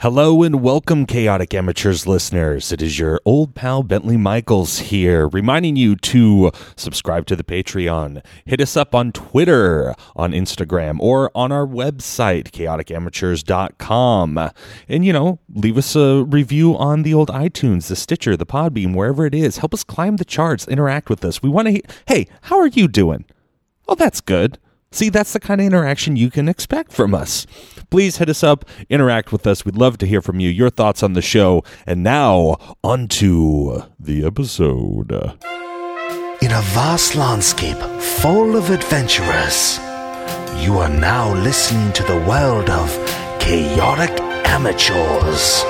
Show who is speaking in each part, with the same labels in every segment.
Speaker 1: Hello and welcome, Chaotic Amateurs listeners. It is your old pal Bentley Michaels here, reminding you to subscribe to the Patreon, hit us up on Twitter, on Instagram, or on our website, chaoticamateurs.com. And, you know, leave us a review on the old iTunes, the Stitcher, the Podbeam, wherever it is. Help us climb the charts, interact with us. We want to, he- hey, how are you doing? Oh, that's good. See, that's the kind of interaction you can expect from us. Please hit us up, interact with us. We'd love to hear from you, your thoughts on the show. And now, onto the episode.
Speaker 2: In a vast landscape full of adventurers, you are now listening to the world of chaotic amateurs.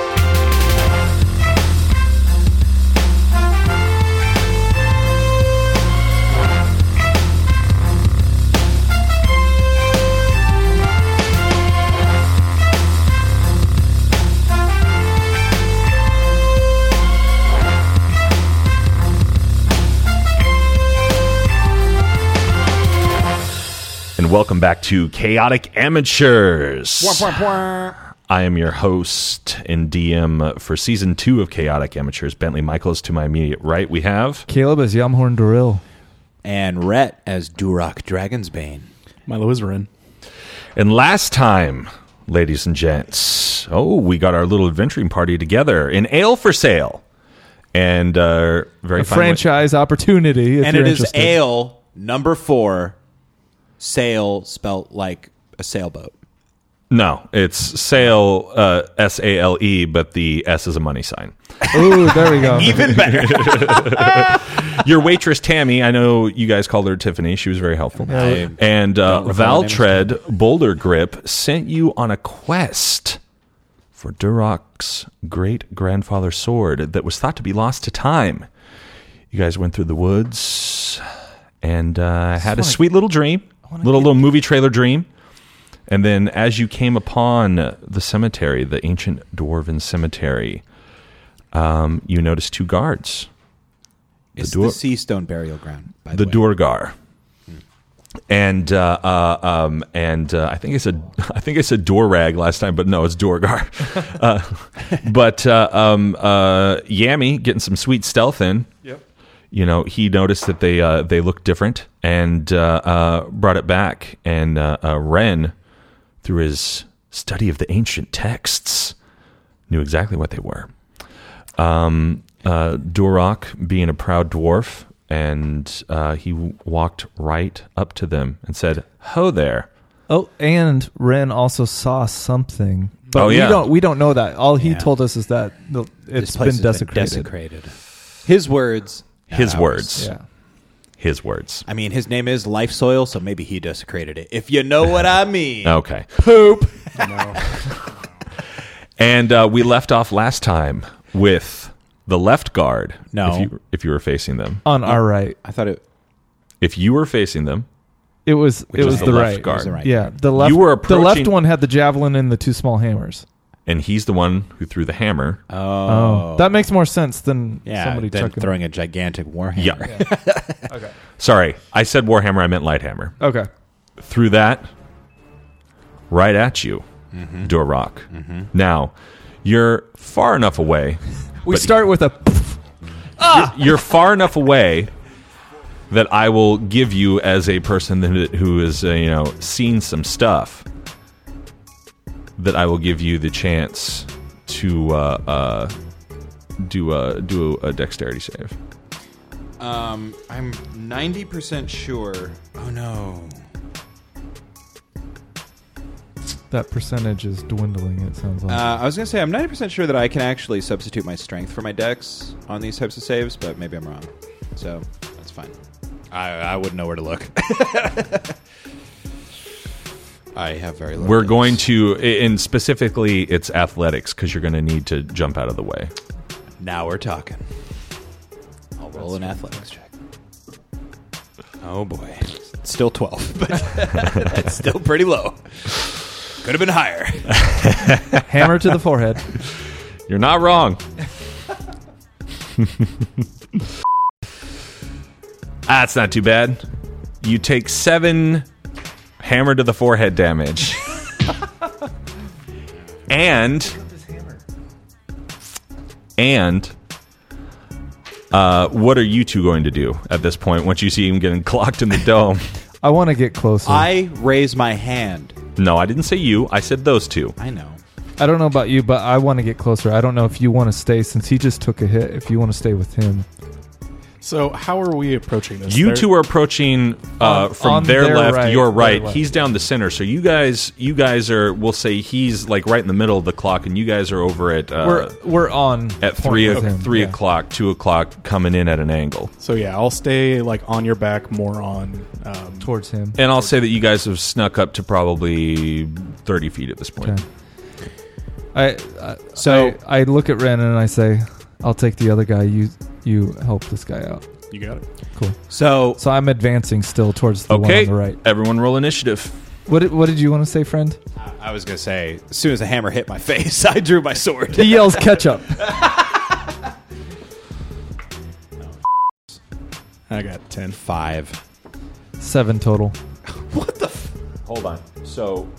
Speaker 1: And welcome back to Chaotic Amateurs. I am your host and DM for season two of Chaotic Amateurs, Bentley Michaels. To my immediate right, we have.
Speaker 3: Caleb is Yumhorn Doril.
Speaker 4: and Rhett as Duroc Dragonsbane.
Speaker 5: Milo Isrin.
Speaker 1: And last time, ladies and gents, oh, we got our little adventuring party together in Ale for Sale. And uh, very
Speaker 3: A
Speaker 1: fine way-
Speaker 3: franchise opportunity. If
Speaker 4: And
Speaker 3: you're
Speaker 4: it is
Speaker 3: interested.
Speaker 4: ale number four, sail spelt like a sailboat.
Speaker 1: No, it's sale, uh, S A L E, but the S is a money sign.
Speaker 3: Ooh, there we go.
Speaker 1: Your waitress, Tammy, I know you guys called her Tiffany. She was very helpful.
Speaker 3: I
Speaker 1: and uh,
Speaker 4: recall the name.
Speaker 1: Valtred Boulder Grip sent you on a quest for Durok's great grandfather sword that was thought to be lost to time. You guys went through the woods and uh, had a sweet little dream, little little movie trailer dream. And then, as you came upon the cemetery, the ancient dwarven cemetery, um, you noticed two guards
Speaker 4: It's the,
Speaker 1: Dur-
Speaker 4: sea stone burial ground. By the,
Speaker 1: the
Speaker 4: way.
Speaker 1: Durgar. And uh, uh, um, and uh, I think I said I think I said Dorag last time, but no, it's Dorgar. uh, but uh, um, uh, Yami getting some sweet stealth in. Yep. You know, he noticed that they uh, they looked different and uh, uh, brought it back. And uh, uh, Ren, through his study of the ancient texts, knew exactly what they were uh, Durok being a proud dwarf, and uh, he w- walked right up to them and said, "Ho there."
Speaker 3: oh, and Ren also saw something. But
Speaker 1: Oh, yeah.
Speaker 3: we don't we don't know that. All he
Speaker 4: Yeah.
Speaker 3: told us is that the-
Speaker 4: This
Speaker 3: it's
Speaker 4: place
Speaker 3: been
Speaker 4: has
Speaker 3: desecrated.
Speaker 4: desecrated. His words. not
Speaker 1: His
Speaker 4: ours.
Speaker 1: words.
Speaker 3: Yeah.
Speaker 1: His words.
Speaker 4: I mean, his name is Life Soil, so maybe he desecrated it. If you know what I mean.
Speaker 1: Okay. Poop. and uh, we left off last time with the left guard.
Speaker 4: No.
Speaker 1: If you, if you were facing them,
Speaker 3: On our right.
Speaker 4: I thought it
Speaker 1: if you were facing them,
Speaker 3: It was it
Speaker 1: is
Speaker 3: was
Speaker 1: the
Speaker 3: the,
Speaker 1: left
Speaker 3: right.
Speaker 1: guard. It was
Speaker 4: the right
Speaker 3: Yeah. The left
Speaker 1: You were
Speaker 3: the left
Speaker 1: approaching-
Speaker 3: one had the javelin and the two small hammers.
Speaker 1: and he's the one who threw the hammer.
Speaker 3: Oh. That makes more sense than
Speaker 4: yeah,
Speaker 3: somebody
Speaker 4: then
Speaker 3: chucking.
Speaker 4: throwing a gigantic warhammer.
Speaker 1: yeah.
Speaker 3: Okay.
Speaker 1: Sorry, I said warhammer. I meant light hammer.
Speaker 3: Okay.
Speaker 1: through that right at you, Durok. Now, you're far enough away.
Speaker 3: We start with a
Speaker 1: You're far enough away that I will give you as a person that, who has uh, you know seen some stuff. That I will give you the chance to uh, uh, do a do a dexterity save.
Speaker 4: Um, I'm 90% sure. Oh, no.
Speaker 3: that percentage is dwindling, it sounds like.
Speaker 4: Uh, I was gonna say I'm 90% sure that I can actually substitute my strength for my dex on these types of saves, but maybe I'm wrong. So that's fine. I, I wouldn't know where to look. I have very. Low
Speaker 1: We're
Speaker 4: dex.
Speaker 1: going to, and specifically, it's athletics because you're going to need to jump out of the way.
Speaker 4: Now we're talking. I'll roll an athletics check. Oh boy, It's still 12, but that's still pretty low. Could have been higher.
Speaker 3: Hammer to the forehead.
Speaker 1: You're not wrong. That's not too bad. You take seven hammer to the forehead damage. and And uh, what are you two going to do at this point once you see him getting clocked in the dome?
Speaker 3: I want to get closer. I,
Speaker 4: I raise my hand.
Speaker 1: no, I didn't say you. I said those two.
Speaker 4: I know.
Speaker 3: don't know about you, but I want to get closer. I don't know if you want to stay since he just took a hit. If you want to stay with him,
Speaker 6: So how are we approaching this?
Speaker 1: You
Speaker 6: There-
Speaker 1: two are approaching uh,
Speaker 3: On-
Speaker 1: from
Speaker 3: on
Speaker 1: their,
Speaker 3: their
Speaker 1: left,
Speaker 3: right,
Speaker 1: your
Speaker 3: their
Speaker 1: right.
Speaker 3: left.
Speaker 1: He's down the center. So you guys, you guys are. We'll say he's like right in the middle of the clock, and you guys are over at uh,
Speaker 3: we're we're on
Speaker 1: at
Speaker 3: point
Speaker 1: three o-
Speaker 3: with him,
Speaker 1: three
Speaker 3: yeah.
Speaker 1: o'clock, two o'clock, coming in at an angle.
Speaker 6: So yeah, I'll stay like on your back, more on. Um,
Speaker 3: towards him.
Speaker 1: And I'll say that you guys have snuck up to probably thirty feet at this point.
Speaker 3: Okay. I, I
Speaker 4: So-
Speaker 3: I, I look at Ren and I say, "I'll take the other guy. You you help this guy out."
Speaker 6: you got it.
Speaker 3: Cool.
Speaker 4: So
Speaker 3: So I'm advancing still towards the
Speaker 1: Okay,
Speaker 3: one on the right.
Speaker 1: everyone, roll initiative.
Speaker 3: What did, what did you want to say, friend?
Speaker 4: I was gonna say, as soon as the hammer hit my face, I drew my sword.
Speaker 3: He yells ketchup.
Speaker 6: I got ten.
Speaker 4: Five.
Speaker 3: Seven total.
Speaker 1: Hold on. So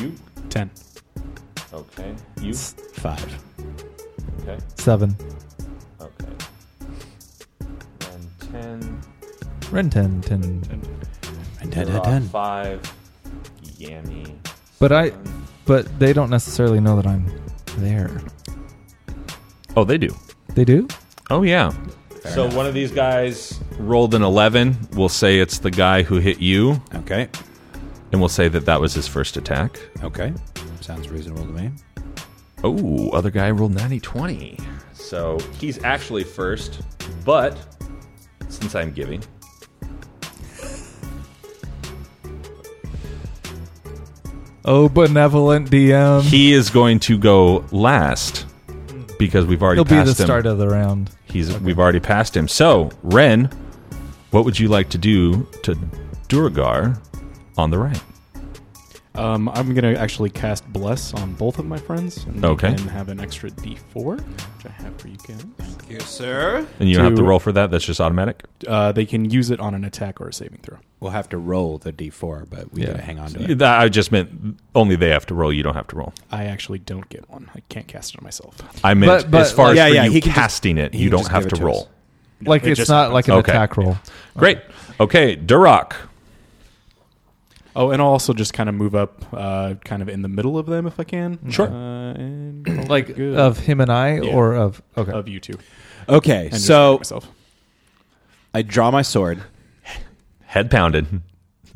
Speaker 1: you
Speaker 6: Ten.
Speaker 1: okay? You
Speaker 4: Five.
Speaker 1: okay?
Speaker 3: Seven.
Speaker 1: Okay. And ten.
Speaker 3: Ren ten ten.
Speaker 4: And dun, dun, dun.
Speaker 1: Five. Yummy.
Speaker 3: But I, but they don't necessarily know that I'm there.
Speaker 1: Oh, they do.
Speaker 3: They do.
Speaker 1: Oh yeah. so one of these guys rolled an eleven. We'll say it's the guy who hit you,
Speaker 4: Okay.
Speaker 1: and we'll say that that was his first attack.
Speaker 4: Okay. Sounds reasonable to me.
Speaker 1: Oh, other guy rolled 90 20. So he's actually first, but since I'm giving.
Speaker 3: Oh, benevolent DM.
Speaker 1: He is going to go last because we've already
Speaker 3: He'll be
Speaker 1: passed
Speaker 3: the
Speaker 1: him.
Speaker 3: start of the round.
Speaker 1: He's we've already passed him. So, Ren, what would you like to do to Durgar on the right?
Speaker 6: Um, I'm gonna actually cast bless on both of my friends. And they
Speaker 1: Okay.
Speaker 6: can have an extra D4, which I have for you guys.
Speaker 4: Yes, sir.
Speaker 1: And you don't have to
Speaker 6: To-
Speaker 1: roll for that, that's just automatic.
Speaker 6: Uh, they can use it on an attack or a saving throw.
Speaker 4: We'll have to roll the D4, but we gotta hang on to it.
Speaker 1: That- I just meant only they have to roll, you don't have to roll.
Speaker 6: I actually don't get one. I can't cast it myself.
Speaker 1: I meant
Speaker 3: But- but-
Speaker 1: as far
Speaker 4: Yeah,
Speaker 1: as for
Speaker 4: yeah,
Speaker 1: you
Speaker 4: he can just-
Speaker 1: casting it,
Speaker 4: he
Speaker 1: you
Speaker 4: can
Speaker 1: don't
Speaker 4: just
Speaker 1: have
Speaker 4: give
Speaker 1: to
Speaker 4: it to
Speaker 1: roll.
Speaker 4: us.
Speaker 3: like
Speaker 6: it
Speaker 3: it's
Speaker 6: just
Speaker 3: not like an
Speaker 1: Okay.
Speaker 3: attack roll.
Speaker 1: Great. Okay, Durok.
Speaker 6: Oh, and I'll also just kind of move up, uh, kind of in the middle of them if I can.
Speaker 1: Sure.
Speaker 6: Uh, and call it
Speaker 3: Like
Speaker 6: good.
Speaker 3: of him and I, or of okay.
Speaker 6: of you two.
Speaker 4: Okay,
Speaker 6: And just
Speaker 4: so
Speaker 6: make myself.
Speaker 4: I draw my sword.
Speaker 1: Head pounded.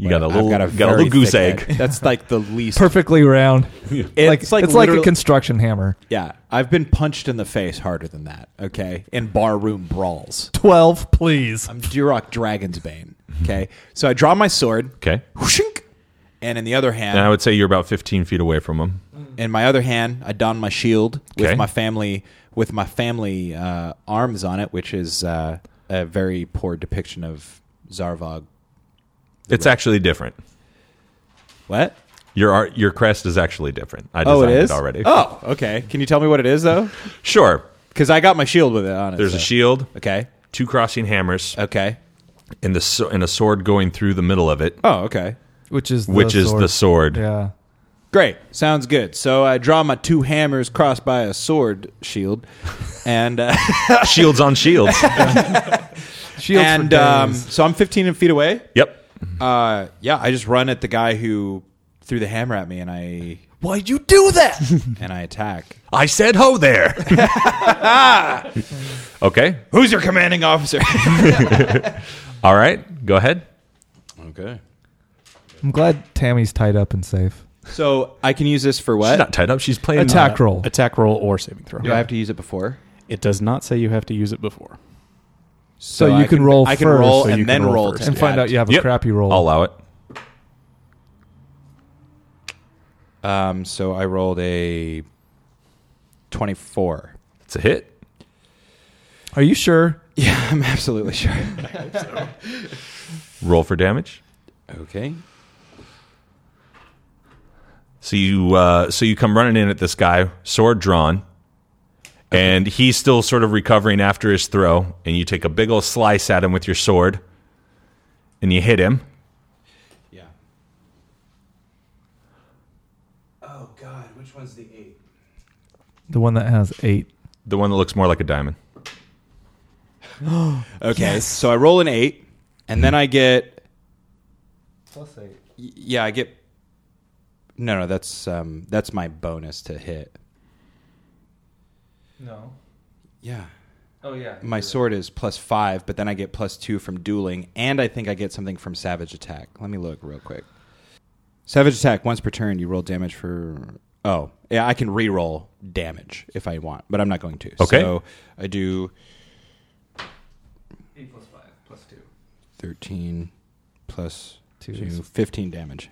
Speaker 1: You got a
Speaker 4: I've
Speaker 1: little got a,
Speaker 4: very
Speaker 1: little goose
Speaker 4: thick
Speaker 1: egg.
Speaker 4: head. That's like the least.
Speaker 3: perfectly round. like it's like, a
Speaker 4: literally-
Speaker 3: construction hammer.
Speaker 4: yeah. I've been punched in the face harder than that. Okay, in barroom brawls.
Speaker 3: Twelve, please.
Speaker 4: I'm Duroc Dragon's Bane. Okay, so I draw my sword.
Speaker 1: Okay.
Speaker 4: Whooshink. And in the other hand,
Speaker 1: And I would say you're about 15 feet away from him.
Speaker 4: in my other hand, I don my shield
Speaker 1: Okay.
Speaker 4: with my family with my family uh, arms on it, which is uh, a very poor depiction of Zarvog.
Speaker 1: It's actually different.
Speaker 4: What?
Speaker 1: Your art, your crest is actually different. I designed
Speaker 4: Oh, it is
Speaker 1: already.
Speaker 4: Oh, okay. Can you tell me what it is though?
Speaker 1: sure.
Speaker 4: Because I got my shield with it on it.
Speaker 1: There's a
Speaker 4: so-
Speaker 1: shield,
Speaker 4: Okay.
Speaker 1: two crossing hammers,
Speaker 4: Okay.
Speaker 1: and the so- and a sword going through the middle of it,
Speaker 4: Oh, okay.
Speaker 3: Which is the
Speaker 1: which is
Speaker 3: sword.
Speaker 1: the sword.
Speaker 3: Yeah.
Speaker 4: Great. Sounds good. So I draw my two hammers crossed by a sword shield, and uh,
Speaker 1: Shields on shields.
Speaker 3: Shields
Speaker 4: and
Speaker 3: for
Speaker 4: um,
Speaker 3: days.
Speaker 4: so I'm 15 feet away.
Speaker 1: yep.
Speaker 4: Uh, yeah, I just run at the guy who threw the hammer at me, and I
Speaker 1: Why'd you do that?
Speaker 4: and I attack.
Speaker 1: I said ho there. okay.
Speaker 4: Who's your commanding officer?
Speaker 1: All right. Go ahead.
Speaker 4: okay.
Speaker 3: I'm glad Tammy's tied up and safe.
Speaker 4: So I can use this for
Speaker 1: She's
Speaker 4: what?
Speaker 1: not tied up. She's playing
Speaker 3: Attack roll.
Speaker 6: Attack roll or saving throw.
Speaker 4: Do I have to use it before?
Speaker 6: It does not say you have to use it before.
Speaker 4: So,
Speaker 3: you
Speaker 4: I
Speaker 3: can roll
Speaker 4: I can
Speaker 3: first.
Speaker 4: roll
Speaker 6: So you
Speaker 4: and
Speaker 6: can
Speaker 4: then roll,
Speaker 6: roll
Speaker 4: to
Speaker 6: first.
Speaker 3: and find
Speaker 4: add.
Speaker 3: out you have a
Speaker 1: Yep.
Speaker 3: crappy roll.
Speaker 1: I'll allow it.
Speaker 4: Um, so I rolled a twenty-four.
Speaker 1: It's a hit.
Speaker 3: Are you sure?
Speaker 4: Yeah, I'm absolutely sure.
Speaker 1: Roll for damage.
Speaker 4: okay.
Speaker 1: So you uh, so you come running in at this guy, sword drawn, and he's still sort of recovering after his throw, and you take a big old slice at him with your sword, and you hit him.
Speaker 4: Yeah. Oh God, which one's the eight?
Speaker 3: The one that has eight.
Speaker 1: The one that looks more like a diamond.
Speaker 4: Okay, so I roll an eight, and then I get y- yeah, I get no, no, that's um, that's my bonus to hit.
Speaker 3: No.
Speaker 4: Yeah,
Speaker 3: Oh yeah.
Speaker 4: my sword is plus five, but then I get plus two from dueling, and I think I get something from savage attack. Let me look real quick. Savage attack once per turn, you roll damage for. Oh, yeah, I can re-roll damage if I want, but I'm not going to.
Speaker 1: Okay.
Speaker 4: so I do
Speaker 3: Eight plus five plus two.
Speaker 4: 13 plus
Speaker 3: Two
Speaker 4: two,
Speaker 3: is-
Speaker 4: 15 damage.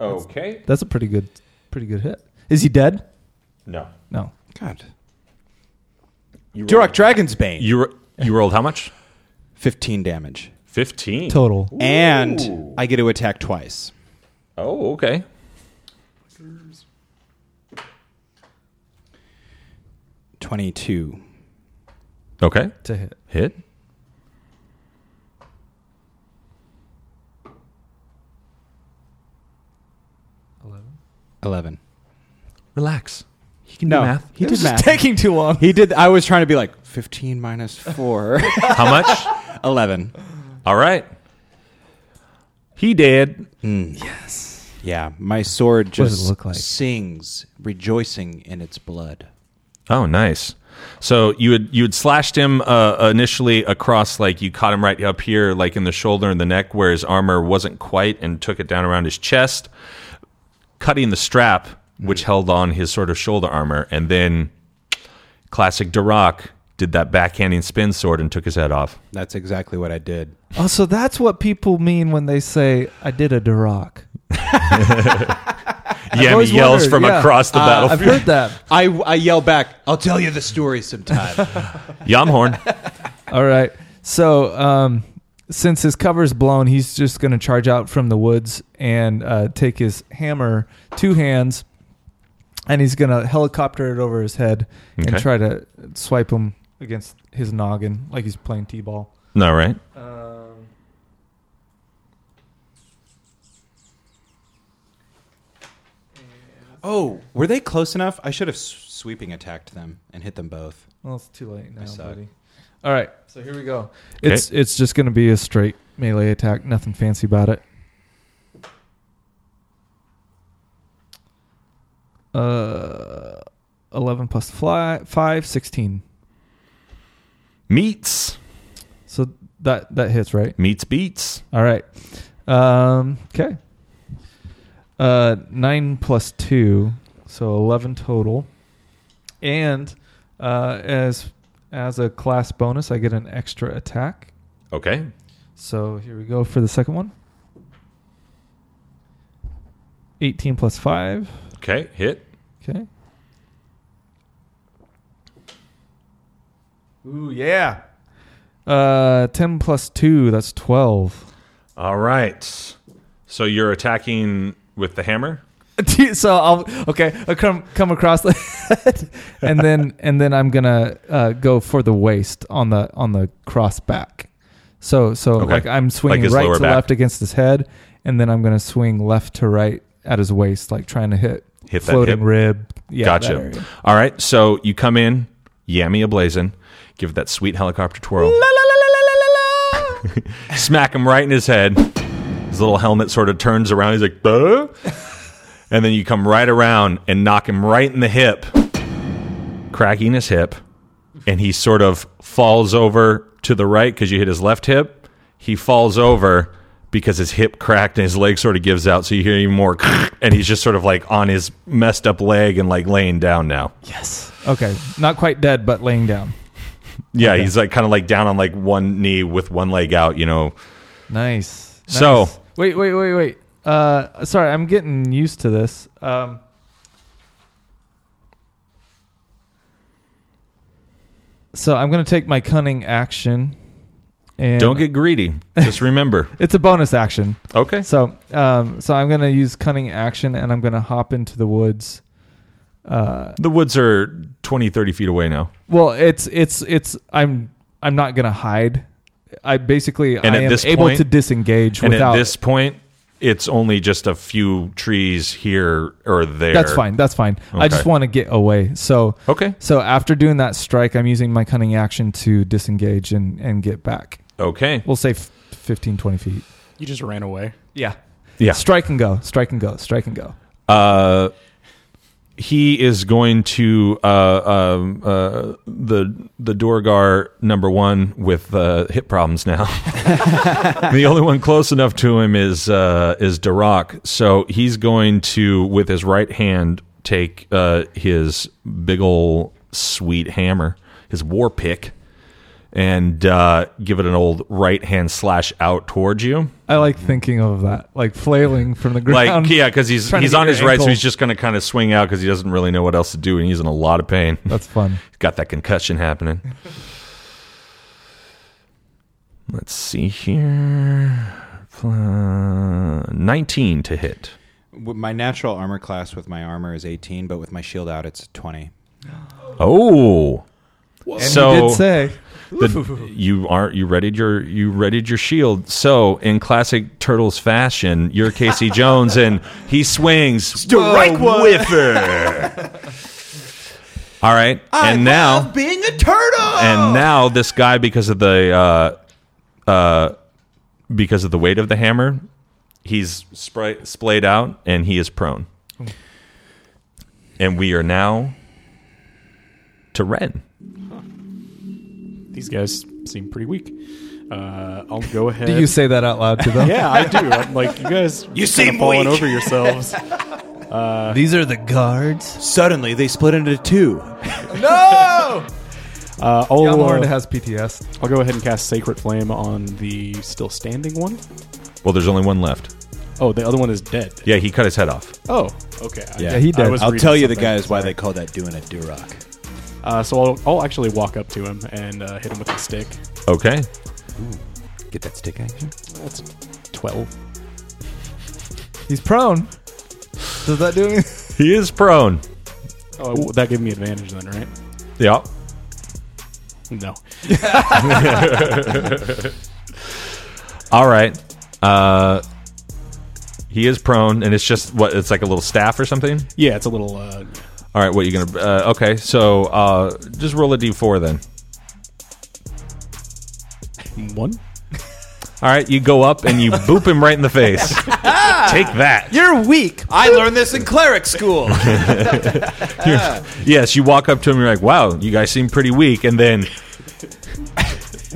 Speaker 1: Okay.
Speaker 3: That's a pretty good, pretty good hit. Is he dead?
Speaker 1: No.
Speaker 3: No.
Speaker 4: God.
Speaker 1: You
Speaker 4: Turok Dragon's Bane.
Speaker 1: You ro- you rolled how much?
Speaker 4: 15 damage.
Speaker 1: Fifteen
Speaker 3: Total.
Speaker 4: And I get to attack twice.
Speaker 1: Oh, okay.
Speaker 4: Twenty-two.
Speaker 1: Okay.
Speaker 3: To hit.
Speaker 1: Hit.
Speaker 3: Eleven.
Speaker 4: Eleven.
Speaker 1: Relax. He can
Speaker 4: No,
Speaker 1: do math.
Speaker 4: he did math.
Speaker 3: Taking too long.
Speaker 4: he did. I was trying to be like fifteen minus four.
Speaker 1: How much?
Speaker 4: Eleven.
Speaker 1: All right. He did.
Speaker 4: Yeah, my sword
Speaker 3: does it
Speaker 4: just
Speaker 3: look like?
Speaker 4: sings, rejoicing in its blood.
Speaker 1: Oh, nice. So you had you had slashed him uh, initially across, like you caught him right up here, like in the shoulder and the neck, where his armor wasn't quite, and took it down around his chest, cutting the strap
Speaker 3: Mm.
Speaker 1: which held on his sort of shoulder armor, and then classic Duroc did that backhanding spin sword and took his head off.
Speaker 4: That's exactly what I did.
Speaker 3: Oh, so that's what people mean when they say, "I did a Duroc." I've
Speaker 1: Yami
Speaker 3: always
Speaker 1: yells
Speaker 3: wondered,
Speaker 1: from
Speaker 3: yeah.
Speaker 1: across the
Speaker 3: Uh, I've
Speaker 1: battlefield.
Speaker 3: heard that.
Speaker 4: I, I yell back. I'll tell you the story sometime.
Speaker 1: Yamhorn.
Speaker 3: All right. So, um, since his cover's blown, he's just going to charge out from the woods and uh, take his hammer, two hands, and he's going to helicopter it over his head and
Speaker 1: Okay.
Speaker 3: try to swipe him against his noggin like he's playing t-ball.
Speaker 1: no, right?
Speaker 3: Um,
Speaker 4: oh, were they close enough? I should have s- sweeping attacked them and hit them both.
Speaker 3: well, it's too late now,
Speaker 4: suck.
Speaker 3: buddy. All right. So here we go. It's it's just going to be a straight melee attack. Nothing fancy about it. Uh, 11 plus fly, 5, 16.
Speaker 1: Meets
Speaker 3: So that that hits, right?
Speaker 1: meets beats.
Speaker 3: All right. Um, okay. Uh, 9 plus 2, so 11 total. And uh, as as a class bonus, I get an extra attack.
Speaker 1: Okay.
Speaker 3: So here we go for the second one. 18 plus 5.
Speaker 1: Okay. Hit.
Speaker 3: Okay. Ooh, yeah. Uh, 10 plus 2, that's 12.
Speaker 1: All right. So you're attacking with the hammer?
Speaker 3: so I'll okay, I'll come come across the head and then and then I'm going to uh, go for the waist on the on the cross back. So so
Speaker 1: Okay.
Speaker 3: like I'm swinging
Speaker 1: his
Speaker 3: right
Speaker 1: lower
Speaker 3: to
Speaker 1: back.
Speaker 3: left against his head and then I'm going to swing left to right at his waist like trying to hit,
Speaker 1: Hit that
Speaker 3: floating
Speaker 1: hip.
Speaker 3: rib. Yeah, that
Speaker 1: gotcha.
Speaker 3: area.
Speaker 1: All right. So you come in, yammy ablazing, give it that sweet helicopter twirl. Smack him right in his head. His little helmet sort of turns around. He's like, "Duh." and then you come right around and knock him right in the hip, cracking his hip. And he sort of falls over to the right because you hit his left hip. He falls over because his hip cracked and his leg sort of gives out. So you hear even more, and he's just sort of like on his messed up leg and like laying down now.
Speaker 3: Okay, not quite dead, but laying down.
Speaker 1: Yeah, he's like kind of like down on like one knee with one leg out, you know.
Speaker 3: Nice.
Speaker 1: So-
Speaker 3: Nice. wait, wait, wait, wait. Uh, sorry, I'm getting used to this. Um, so I'm gonna take my cunning action, and
Speaker 1: Don't get greedy. Just remember.
Speaker 3: It's a bonus action.
Speaker 1: Okay.
Speaker 3: So, um, so I'm gonna use cunning action, and I'm gonna hop into the woods. Uh,
Speaker 1: The woods are 20, 30 feet away now.
Speaker 3: well, it's it's it's I'm I'm not gonna hide. I basically
Speaker 1: And
Speaker 3: I
Speaker 1: at
Speaker 3: am
Speaker 1: this
Speaker 3: able
Speaker 1: point-
Speaker 3: to disengage
Speaker 1: And
Speaker 3: without
Speaker 1: at this point, it's only just a few trees here or there.
Speaker 3: That's fine. That's fine. I just
Speaker 1: Okay.
Speaker 3: want to get away. So
Speaker 1: Okay.
Speaker 3: So after doing that strike, I'm using my cunning action to disengage and and get back.
Speaker 1: Okay.
Speaker 3: We'll say f- 15, 20 feet.
Speaker 6: You just ran away.
Speaker 3: Yeah.
Speaker 1: Yeah.
Speaker 3: Strike and go. Strike and go. Strike and go.
Speaker 1: Uh, he is going to uh, um, uh, the the Dorgar number one with uh, hip problems now. the only one close enough to him is uh, is Duroc. So he's going to, with his right hand, take uh, his big ol' sweet hammer, his war pick, and uh, give it an old right hand slash out towards you.
Speaker 3: I like thinking of that, like flailing from the
Speaker 1: Mm-hmm. like
Speaker 3: ground.
Speaker 1: yeah because he's
Speaker 3: Trying to
Speaker 1: he's
Speaker 3: get
Speaker 1: on
Speaker 3: your
Speaker 1: his right so
Speaker 3: ankle.
Speaker 1: he's just going to kind of swing out because he doesn't really know what else to do and he's in a lot of pain
Speaker 3: That's fun.
Speaker 1: got that concussion happening let's see here Pl- 19 to hit
Speaker 4: W- My natural armor class with my armor is 18, but with my shield out, it's 20.
Speaker 1: oh
Speaker 3: And
Speaker 1: so
Speaker 3: he did say,
Speaker 1: the, you aren't you readied your you readied your shield so in classic turtles fashion you're casey jones and he swings strike whiffer all right and now
Speaker 4: being a turtle!
Speaker 1: and now this guy because of the uh uh because of the weight of the hammer he's spray, splayed out and he is prone and we are now to ren
Speaker 6: These guys seem pretty weak. Uh, I'll go ahead.
Speaker 3: "Do you say that out loud to them?"
Speaker 6: yeah, I do. I'm like, you guys you
Speaker 4: seem
Speaker 6: falling
Speaker 4: weak.
Speaker 6: over yourselves.
Speaker 3: These are the guards.
Speaker 4: Suddenly, they split into two.
Speaker 6: Uh, I'll,
Speaker 3: Galmord
Speaker 6: uh,
Speaker 3: has PTS.
Speaker 6: I'll go ahead and cast Sacred Flame on the still standing one.
Speaker 1: well there's only one left
Speaker 6: Oh, the other one is dead.
Speaker 1: yeah he cut his head off
Speaker 6: Oh, okay. I-
Speaker 3: Yeah, he
Speaker 6: I
Speaker 3: did.
Speaker 6: was
Speaker 4: I'll
Speaker 6: reading
Speaker 4: tell you the
Speaker 6: something.
Speaker 4: guys why they call that doing a durock.
Speaker 6: Uh, so I'll, I'll actually walk up to him and uh, hit him with a stick.
Speaker 1: okay
Speaker 4: Get that stick action.
Speaker 6: That's 12.
Speaker 3: He's prone. Does that do anything?
Speaker 1: he is prone
Speaker 6: Oh, that gave me advantage then, right?
Speaker 1: yeah
Speaker 6: No.
Speaker 1: all right uh he is prone and it's just what it's like a little staff or something
Speaker 6: Yeah, it's a little. Uh,
Speaker 1: all right what you gonna uh, okay so uh just roll a d4 then
Speaker 6: one?
Speaker 1: All right, you go up and you boop him right in the face. Take that.
Speaker 3: You're weak.
Speaker 4: I learned this in cleric school.
Speaker 1: yes, you walk up to him. You're like, "Wow, you guys seem pretty weak." And then,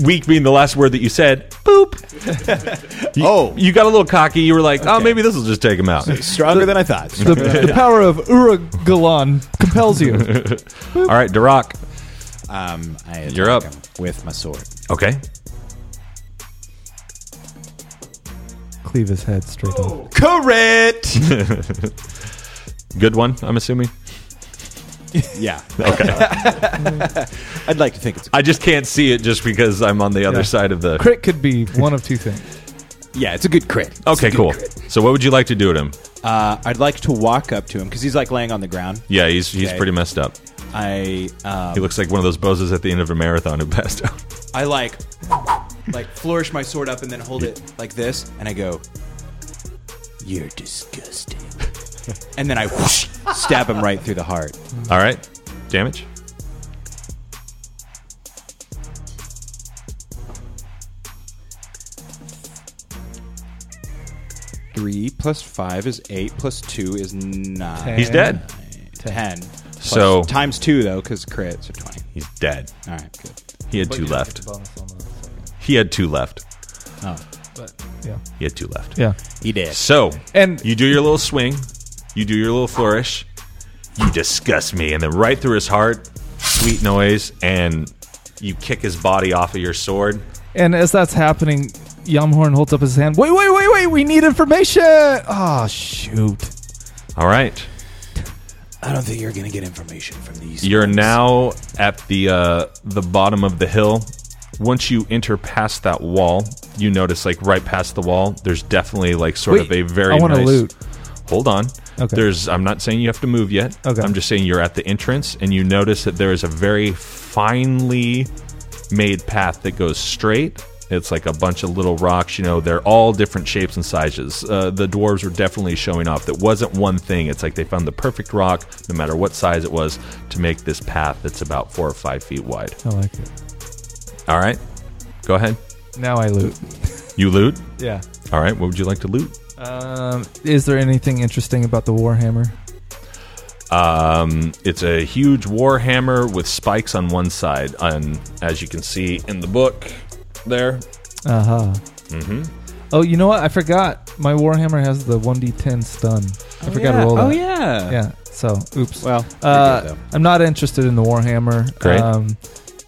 Speaker 1: weak being the last word that you said, boop.
Speaker 4: oh,
Speaker 1: You got a little cocky. You were like, "Oh, maybe this will just take him out."
Speaker 4: stronger than I thought.
Speaker 3: The, the power of Uragalan compels you.
Speaker 1: All right, Duroc.
Speaker 4: Um, I attack
Speaker 1: You're up.
Speaker 4: him with my sword.
Speaker 1: Okay.
Speaker 3: Cleave his head straight off.
Speaker 4: Correct.
Speaker 1: Good one, I'm assuming.
Speaker 4: yeah. Okay. I'd like to think it's
Speaker 1: I just can't see it just because I'm on the other
Speaker 3: Yeah.
Speaker 1: side of the.
Speaker 3: Crit could be one of two things.
Speaker 4: yeah, it's a good crit. It's
Speaker 1: Okay,
Speaker 4: a good
Speaker 1: cool.
Speaker 4: crit.
Speaker 1: So, what would you like to do to him?
Speaker 4: Uh, I'd like to walk up to him because he's like laying on the ground.
Speaker 1: Yeah, he's he's
Speaker 4: Okay.
Speaker 1: pretty messed up.
Speaker 4: I
Speaker 1: He
Speaker 4: um,
Speaker 1: looks like one of those bozos at the end of a marathon who passed out.
Speaker 4: I like like flourish my sword up and then hold it like this, and I go, "You're disgusting," and then I whoosh, stab him right through the heart.
Speaker 1: All right, damage.
Speaker 4: Three plus five is eight, plus two is nine.
Speaker 1: He's dead.
Speaker 4: Ten. Plus-
Speaker 1: So-
Speaker 4: times two though, because crit, so twenty.
Speaker 1: He's dead.
Speaker 4: All right, good.
Speaker 1: He had two left. He had two left.
Speaker 4: Oh,
Speaker 3: Yeah.
Speaker 1: He had two left.
Speaker 3: Yeah.
Speaker 4: he did.
Speaker 1: So
Speaker 3: And-
Speaker 1: you do your little swing, you do your little flourish, you disgust me, and then right through his heart, sweet noise, and you kick his body off of your sword.
Speaker 3: And as that's happening, Yamhorn holds up his hand. Wait, wait, wait, wait. We need information. Oh, shoot.
Speaker 1: All right,
Speaker 4: I don't think you're gonna get information from these. Oh,
Speaker 1: you're now at the uh, the bottom of the hill. Once you enter past that wall, you notice like right past the wall, there's definitely like sort
Speaker 3: Wait,
Speaker 1: of a very
Speaker 3: I wanna
Speaker 1: nice.
Speaker 3: loot.
Speaker 1: Hold on.
Speaker 3: Okay.
Speaker 1: There's. I'm not saying you have to move yet.
Speaker 3: Okay.
Speaker 1: I'm just saying you're at the entrance and you notice that there is a very finely made path that goes straight It's like a bunch of little rocks. You know, they're all different shapes and sizes. Uh, the dwarves were definitely showing off. That wasn't one thing. It's like they found the perfect rock, no matter what size it was, to make this path that's about four or five feet wide.
Speaker 3: I like it.
Speaker 1: All right, go ahead.
Speaker 3: Now I loot.
Speaker 1: You loot.
Speaker 3: Yeah.
Speaker 1: All right, what would you like to loot?
Speaker 3: Um, is there anything interesting about the Warhammer?
Speaker 1: Um, it's a huge warhammer with spikes on one side, and as you can see in the book, there.
Speaker 3: Uh huh. Mm-hmm. Oh, you know what? I forgot. My Warhammer has the 1d10 stun. I forgot to roll that.
Speaker 4: Oh yeah.
Speaker 3: Yeah. So, oops.
Speaker 6: Well,
Speaker 3: uh, I'm not interested in the Warhammer.
Speaker 1: Great.
Speaker 3: Um,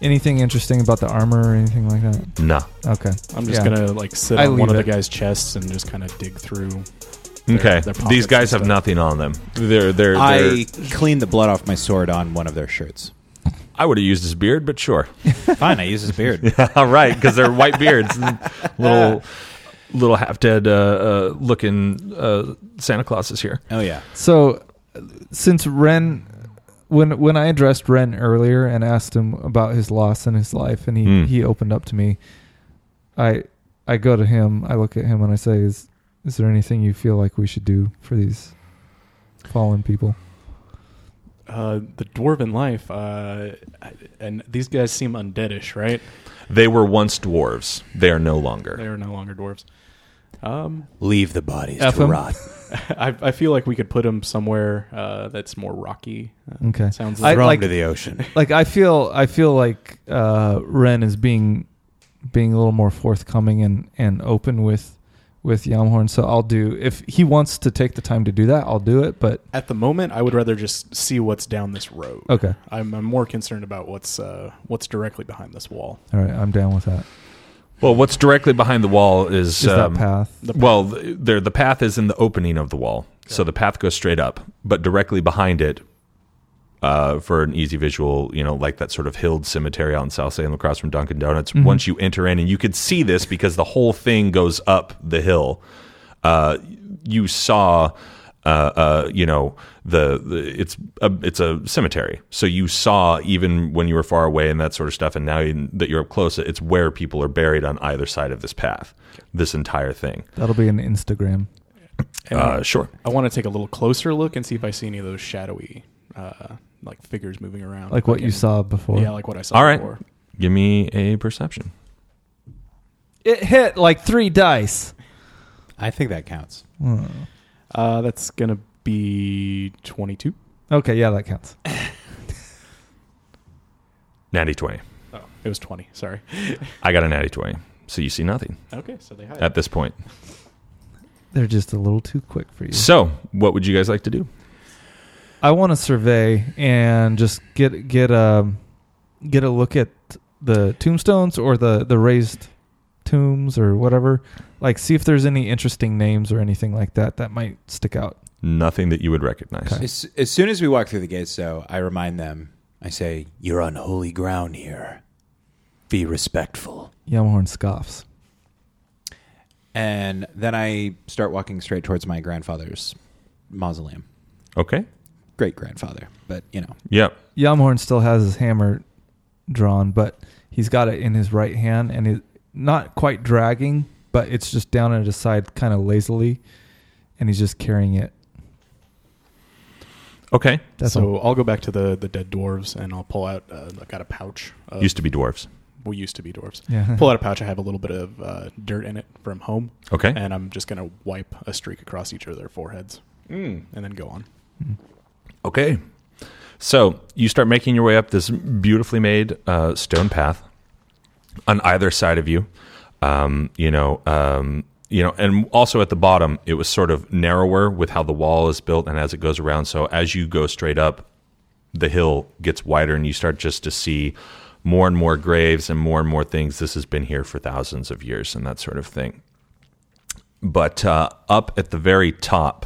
Speaker 3: anything interesting about the armor or anything like that?
Speaker 1: Nah.
Speaker 3: Okay.
Speaker 6: I'm just
Speaker 3: Yeah.
Speaker 6: gonna like sit
Speaker 3: I
Speaker 6: on one
Speaker 3: leave
Speaker 6: of the
Speaker 3: it.
Speaker 6: guy's chests and just kind of dig through.
Speaker 1: Okay.
Speaker 6: their
Speaker 1: These
Speaker 6: pockets
Speaker 1: guys have
Speaker 6: and stuff.
Speaker 1: nothing on them. They're they're.
Speaker 4: I
Speaker 1: I,
Speaker 4: cleaned the blood off my sword on one of their shirts.
Speaker 1: I would have used his beard, but sure.
Speaker 4: Fine, I use his beard.
Speaker 1: All right, because they're white beards, and little little half dead uh, uh, looking uh, Santa Claus is here.
Speaker 4: Oh yeah.
Speaker 3: So, uh, since Ren, when when I addressed Ren earlier and asked him about his loss and his life, and he
Speaker 1: Hmm.
Speaker 3: he opened up to me, I I go to him, I look at him, and I say, "Is is there anything you feel like we should do for these fallen people?"
Speaker 6: Uh, the dwarven life, uh, and these guys seem undeadish, right?
Speaker 1: They were once dwarves. They are no longer.
Speaker 6: They are no longer dwarves. Um,
Speaker 4: Leave the bodies
Speaker 3: F
Speaker 4: to
Speaker 3: him.
Speaker 4: rot.
Speaker 6: I, I feel like we could put them somewhere uh, that's more rocky. Uh,
Speaker 3: Okay.
Speaker 6: sounds
Speaker 3: I-
Speaker 6: like
Speaker 4: Throw
Speaker 3: like-
Speaker 4: them to the ocean.
Speaker 3: Like I feel I feel like uh, Ren is being being a little more forthcoming and and open with with Yamhorn. So I'll do if he wants to take the time to do that, I'll do it. But
Speaker 6: at the moment, I would rather just see what's down this road.
Speaker 3: okay,
Speaker 6: I'm, I'm more concerned about what's uh, what's directly behind this wall.
Speaker 3: all right, I'm down with that.
Speaker 1: Well, what's directly behind the wall is,
Speaker 3: Is
Speaker 1: um,
Speaker 3: that path?
Speaker 1: Well, th- there the path is in the opening of the wall, so the path goes straight up, but directly behind it, uh, for an easy visual, you know, like that sort of hilled cemetery out in South Salem, across from Dunkin' Donuts.
Speaker 3: Mm-hmm.
Speaker 1: Once you enter in, and you could see this because the whole thing goes up the hill. Uh, you saw. Uh, uh, you know the, the it's a it's a cemetery, so you saw even when you were far away and that sort of stuff, and now you, that you're up close, it's where people are buried on either side of this path, this entire thing.
Speaker 3: That'll be an Instagram.
Speaker 6: And
Speaker 1: Uh, sure.
Speaker 6: I want to take a little closer look and see if I see any of those shadowy uh, like figures moving around,
Speaker 3: Like what you
Speaker 6: in-
Speaker 3: saw before.
Speaker 6: Yeah, like what I saw.
Speaker 1: All right.
Speaker 6: before.
Speaker 1: Give me a perception.
Speaker 3: it hit like three dice.
Speaker 4: I think that counts.
Speaker 6: Uh, that's gonna be 22.
Speaker 3: Okay, yeah, that counts.
Speaker 1: Natty 20.
Speaker 6: Oh, it was 20. Sorry.
Speaker 1: I got a natty 20. So you see nothing
Speaker 6: okay, so they hide.
Speaker 1: at this point.
Speaker 3: They're just a little too quick for you.
Speaker 1: So, what would you guys like to do?
Speaker 3: I want to survey and just get get um get a look at the tombstones or the the raised tombs or whatever. Like, see if there's any interesting names or anything like that that might stick out.
Speaker 1: Nothing that you would recognize.
Speaker 4: As, as soon as we walk through the gates, though, I remind them. I say, "You're on holy ground here. Be respectful."
Speaker 3: Yamhorn scoffs.
Speaker 4: And then I start walking straight towards my grandfather's mausoleum.
Speaker 1: Okay.
Speaker 4: Great grandfather, but you know,
Speaker 1: Yep.
Speaker 3: Yamhorn still has his hammer drawn, but he's got it in his right hand and it not quite dragging, but it's just down at his side kind of lazily and he's just carrying it.
Speaker 1: Okay.
Speaker 3: That's
Speaker 6: so
Speaker 3: all.
Speaker 6: I'll go back to the, the dead dwarves and I'll pull out. Uh, I've got a pouch. Of,
Speaker 1: Used to be dwarves.
Speaker 6: we used to be dwarves.
Speaker 3: Yeah.
Speaker 6: Pull out a pouch. I have a little bit of uh, dirt in it from home.
Speaker 1: Okay.
Speaker 6: And I'm just gonna wipe a streak across each of their foreheads, and then go on.
Speaker 1: Okay. So you start making your way up this beautifully made uh, stone path on either side of you. Um, you know, um, you know, and also at the bottom, it was sort of narrower with how the wall is built and as it goes around. So as you go straight up, the hill gets wider, and you start just to see more and more graves and more and more things. This has been here for thousands of years, and that sort of thing. But uh, up at the very top,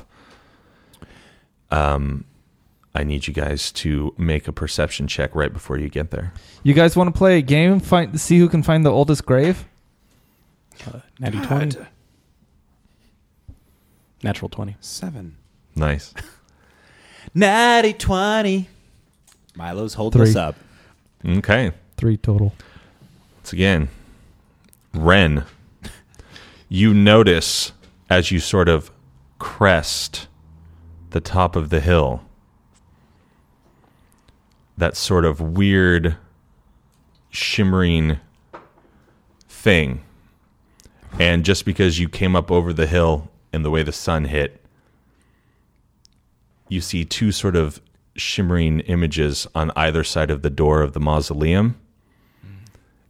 Speaker 1: I need you guys to make a perception check right before you get there.
Speaker 3: You guys want to play a game? Find see who can find the oldest grave.
Speaker 6: Natty 20. Natural 20.
Speaker 4: seven,
Speaker 1: Nice.
Speaker 4: natty twenty. Milo's holding
Speaker 3: Three.
Speaker 4: us up.
Speaker 1: Okay.
Speaker 3: Three total.
Speaker 1: Once again, Ren, you notice as you sort of crest the top of the hill that sort of weird shimmering thing. And just because you came up over the hill and the way the sun hit, you see two sort of shimmering images on either side of the door of the mausoleum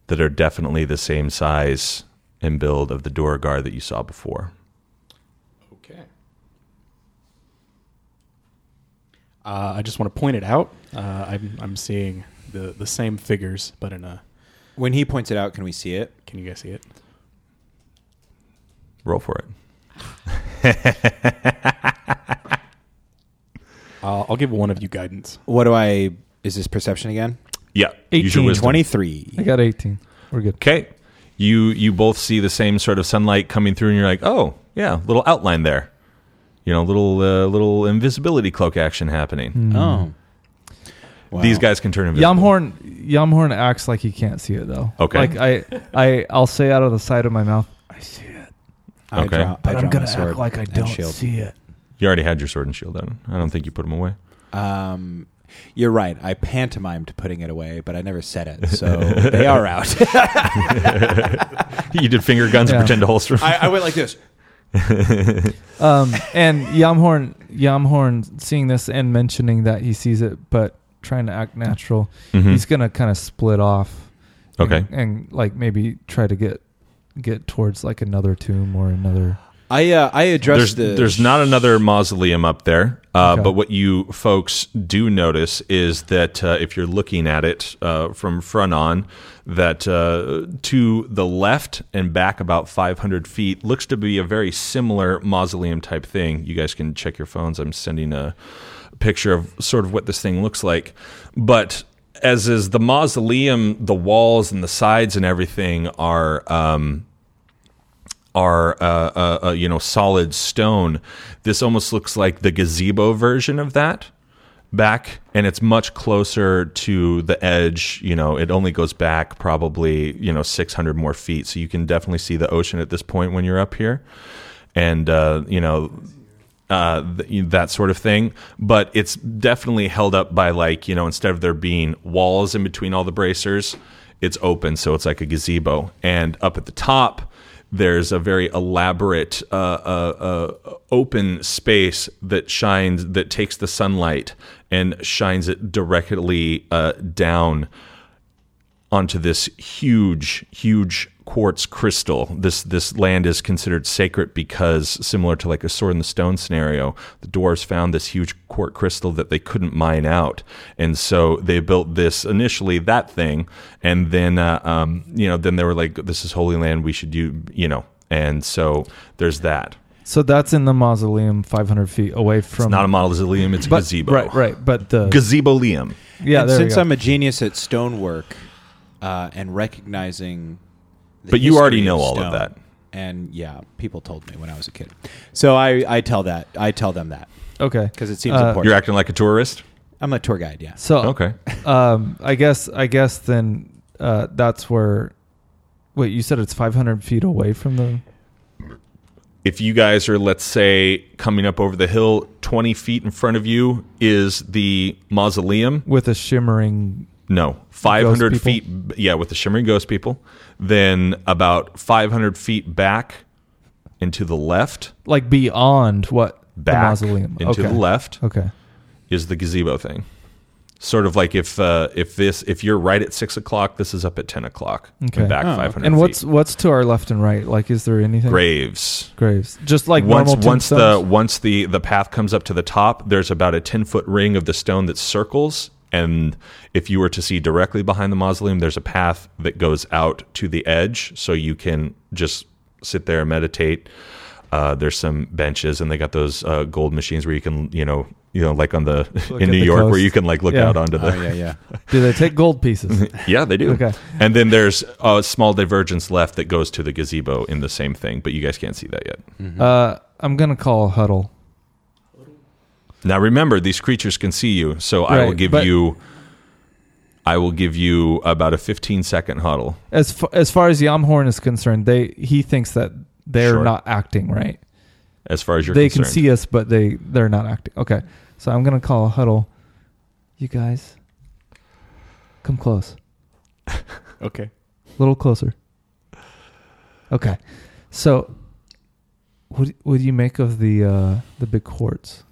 Speaker 1: that are definitely the same size and build of the door guard that you saw before.
Speaker 6: Okay. Uh, I just want to point it out. Uh, I'm, I'm seeing the, the same figures, but in a.
Speaker 4: When he points it out, can we see it?
Speaker 6: Can you guys see it?
Speaker 1: Roll for it.
Speaker 6: Uh, I'll give one of you guidance.
Speaker 4: What do I? Is this perception again?
Speaker 1: Yeah.
Speaker 3: 18,
Speaker 1: wisdom.
Speaker 3: I
Speaker 4: 23.
Speaker 3: got 18. We're good.
Speaker 1: Okay. You you both see the same sort of sunlight coming through, and you're like, oh yeah, little outline there. You know, little uh, little invisibility cloak action happening.
Speaker 3: Mm.
Speaker 4: Oh. Wow.
Speaker 1: These guys can turn invisible.
Speaker 3: Hmm. Yamhorn Yamhorn acts like he can't see it though.
Speaker 1: Okay.
Speaker 3: Like I I I'll say out of the side of my mouth, I see it.
Speaker 4: I
Speaker 1: Okay.
Speaker 4: draw- I
Speaker 3: But I'm
Speaker 4: draw
Speaker 3: gonna
Speaker 4: my sword
Speaker 3: act like I
Speaker 4: and
Speaker 3: don't
Speaker 4: shield.
Speaker 3: see it.
Speaker 1: You already had your sword and shield on. I don't think you put them away.
Speaker 4: Um, you're right. I pantomimed putting it away, but I never said it, so they are out.
Speaker 1: you did finger guns
Speaker 3: Yeah.
Speaker 1: and pretend to holster. 'em.
Speaker 4: I went like this.
Speaker 3: Um and Yamhorn Yamhorn seeing this and mentioning that he sees it but trying to act natural,
Speaker 1: Mhm.
Speaker 3: he's gonna kinda split off. and-
Speaker 1: Okay.
Speaker 3: And, like maybe try to get get towards like another tomb or another
Speaker 4: I uh, I
Speaker 1: there's
Speaker 4: addressed the.
Speaker 1: there's not another mausoleum up there, uh,
Speaker 3: Okay.
Speaker 1: but what you folks do notice is that uh, if you're looking at it uh, from front on, that uh, to the left and back about 500 feet looks to be a very similar mausoleum type thing. You guys can check your phones. I'm sending a picture of sort of what this thing looks like, but. As is the mausoleum, the walls and the sides and everything are um, are uh, uh, uh, you know solid stone. This almost looks like the gazebo version of that back, and it's much closer to the edge. You know, it only goes back probably you know 600 more feet, so you can definitely see the ocean at this point when you're up here, and uh, you know. Uh, th- that sort of thing, but it's definitely held up by like you know instead of there being walls in between all the bracers, it's open, so it's like a gazebo. And up at the top, there's a very elaborate uh, uh, uh, open space that shines that takes the sunlight and shines it directly uh, down onto this huge, huge quartz crystal. This this land is considered sacred because, similar to like a sword in the stone scenario, the dwarves found this huge quartz crystal that they couldn't mine out, and so they built this initially that thing, and then uh, um, you know then they were like, this is holy land, we should do you know, and so there's that.
Speaker 3: So that's in the mausoleum five hundred feet away from
Speaker 1: It's not a mausoleum, it's a
Speaker 3: but,
Speaker 1: gazebo.
Speaker 3: Right, right. But the
Speaker 1: Gazebo Liam.
Speaker 3: yeah,
Speaker 4: and
Speaker 3: there we
Speaker 4: since
Speaker 3: go.
Speaker 4: I'm a genius at stonework, uh, and recognizing. the
Speaker 1: But you already
Speaker 4: history
Speaker 1: know all of
Speaker 4: stone,
Speaker 1: that.
Speaker 4: and yeah, people told me when I was a kid, so I I tell that I tell them that
Speaker 3: okay.
Speaker 4: because it seems
Speaker 3: Uh,
Speaker 4: important.
Speaker 1: You're acting like a tourist?
Speaker 4: I'm a tour guide. Yeah.
Speaker 3: So
Speaker 1: Okay.
Speaker 3: um, I guess I guess then uh, that's where. Wait, you said it's 500 feet away from the.
Speaker 1: if you guys are let's say coming up over the hill 20 feet in front of you is the mausoleum
Speaker 3: with a shimmering.
Speaker 1: no 500
Speaker 3: Ghost
Speaker 1: feet yeah with the shimmering ghost people then about 500 feet back and to the left
Speaker 3: Like beyond what the
Speaker 1: back
Speaker 3: mausoleum.
Speaker 1: into
Speaker 3: okay.
Speaker 1: the left
Speaker 3: Okay.
Speaker 1: is the gazebo thing sort of like if uh, if this if you're right at six o'clock this is up at 10 o'clock and
Speaker 3: Okay.
Speaker 1: back
Speaker 6: Oh, okay.
Speaker 1: 500
Speaker 3: And
Speaker 1: feet.
Speaker 3: what's what's to our left and right? Like, is there anything?
Speaker 1: graves
Speaker 3: Graves. Just like
Speaker 1: once
Speaker 3: normal
Speaker 1: once the
Speaker 3: tombstones?
Speaker 1: once the the path comes up to the top there's about a 10 foot ring of the stone that circles and if you were to see directly behind the mausoleum there's a path that goes out to the edge so you can just sit there and meditate uh, there's some benches and they got those uh, gold machines where you can you know you know like on the
Speaker 3: at
Speaker 1: in new
Speaker 3: the
Speaker 1: york where
Speaker 3: coast.
Speaker 1: you can like look
Speaker 3: Yeah.
Speaker 1: out onto the
Speaker 4: Oh yeah, yeah.
Speaker 3: Do they take gold pieces?
Speaker 1: yeah, they do.
Speaker 3: Okay.
Speaker 1: And then there's a small divergence left that goes to the gazebo in the same thing, but you guys can't see that yet.
Speaker 3: uh, I'm gonna call huddle.
Speaker 1: Now remember, these creatures can see you, so I will
Speaker 3: Right,
Speaker 1: give
Speaker 3: but-
Speaker 1: you I will give you about a 15 second huddle.
Speaker 3: As fa- as far as Yamhorn is concerned, they he thinks that they're
Speaker 1: Sure.
Speaker 3: not acting right.
Speaker 1: As far as you're
Speaker 3: they
Speaker 1: concerned,
Speaker 3: can see us, but they they're not acting. Okay, so I'm gonna call a huddle. You guys, come close,
Speaker 6: Okay.
Speaker 3: a little closer. Okay, so what what do you make of the uh, the big quartz?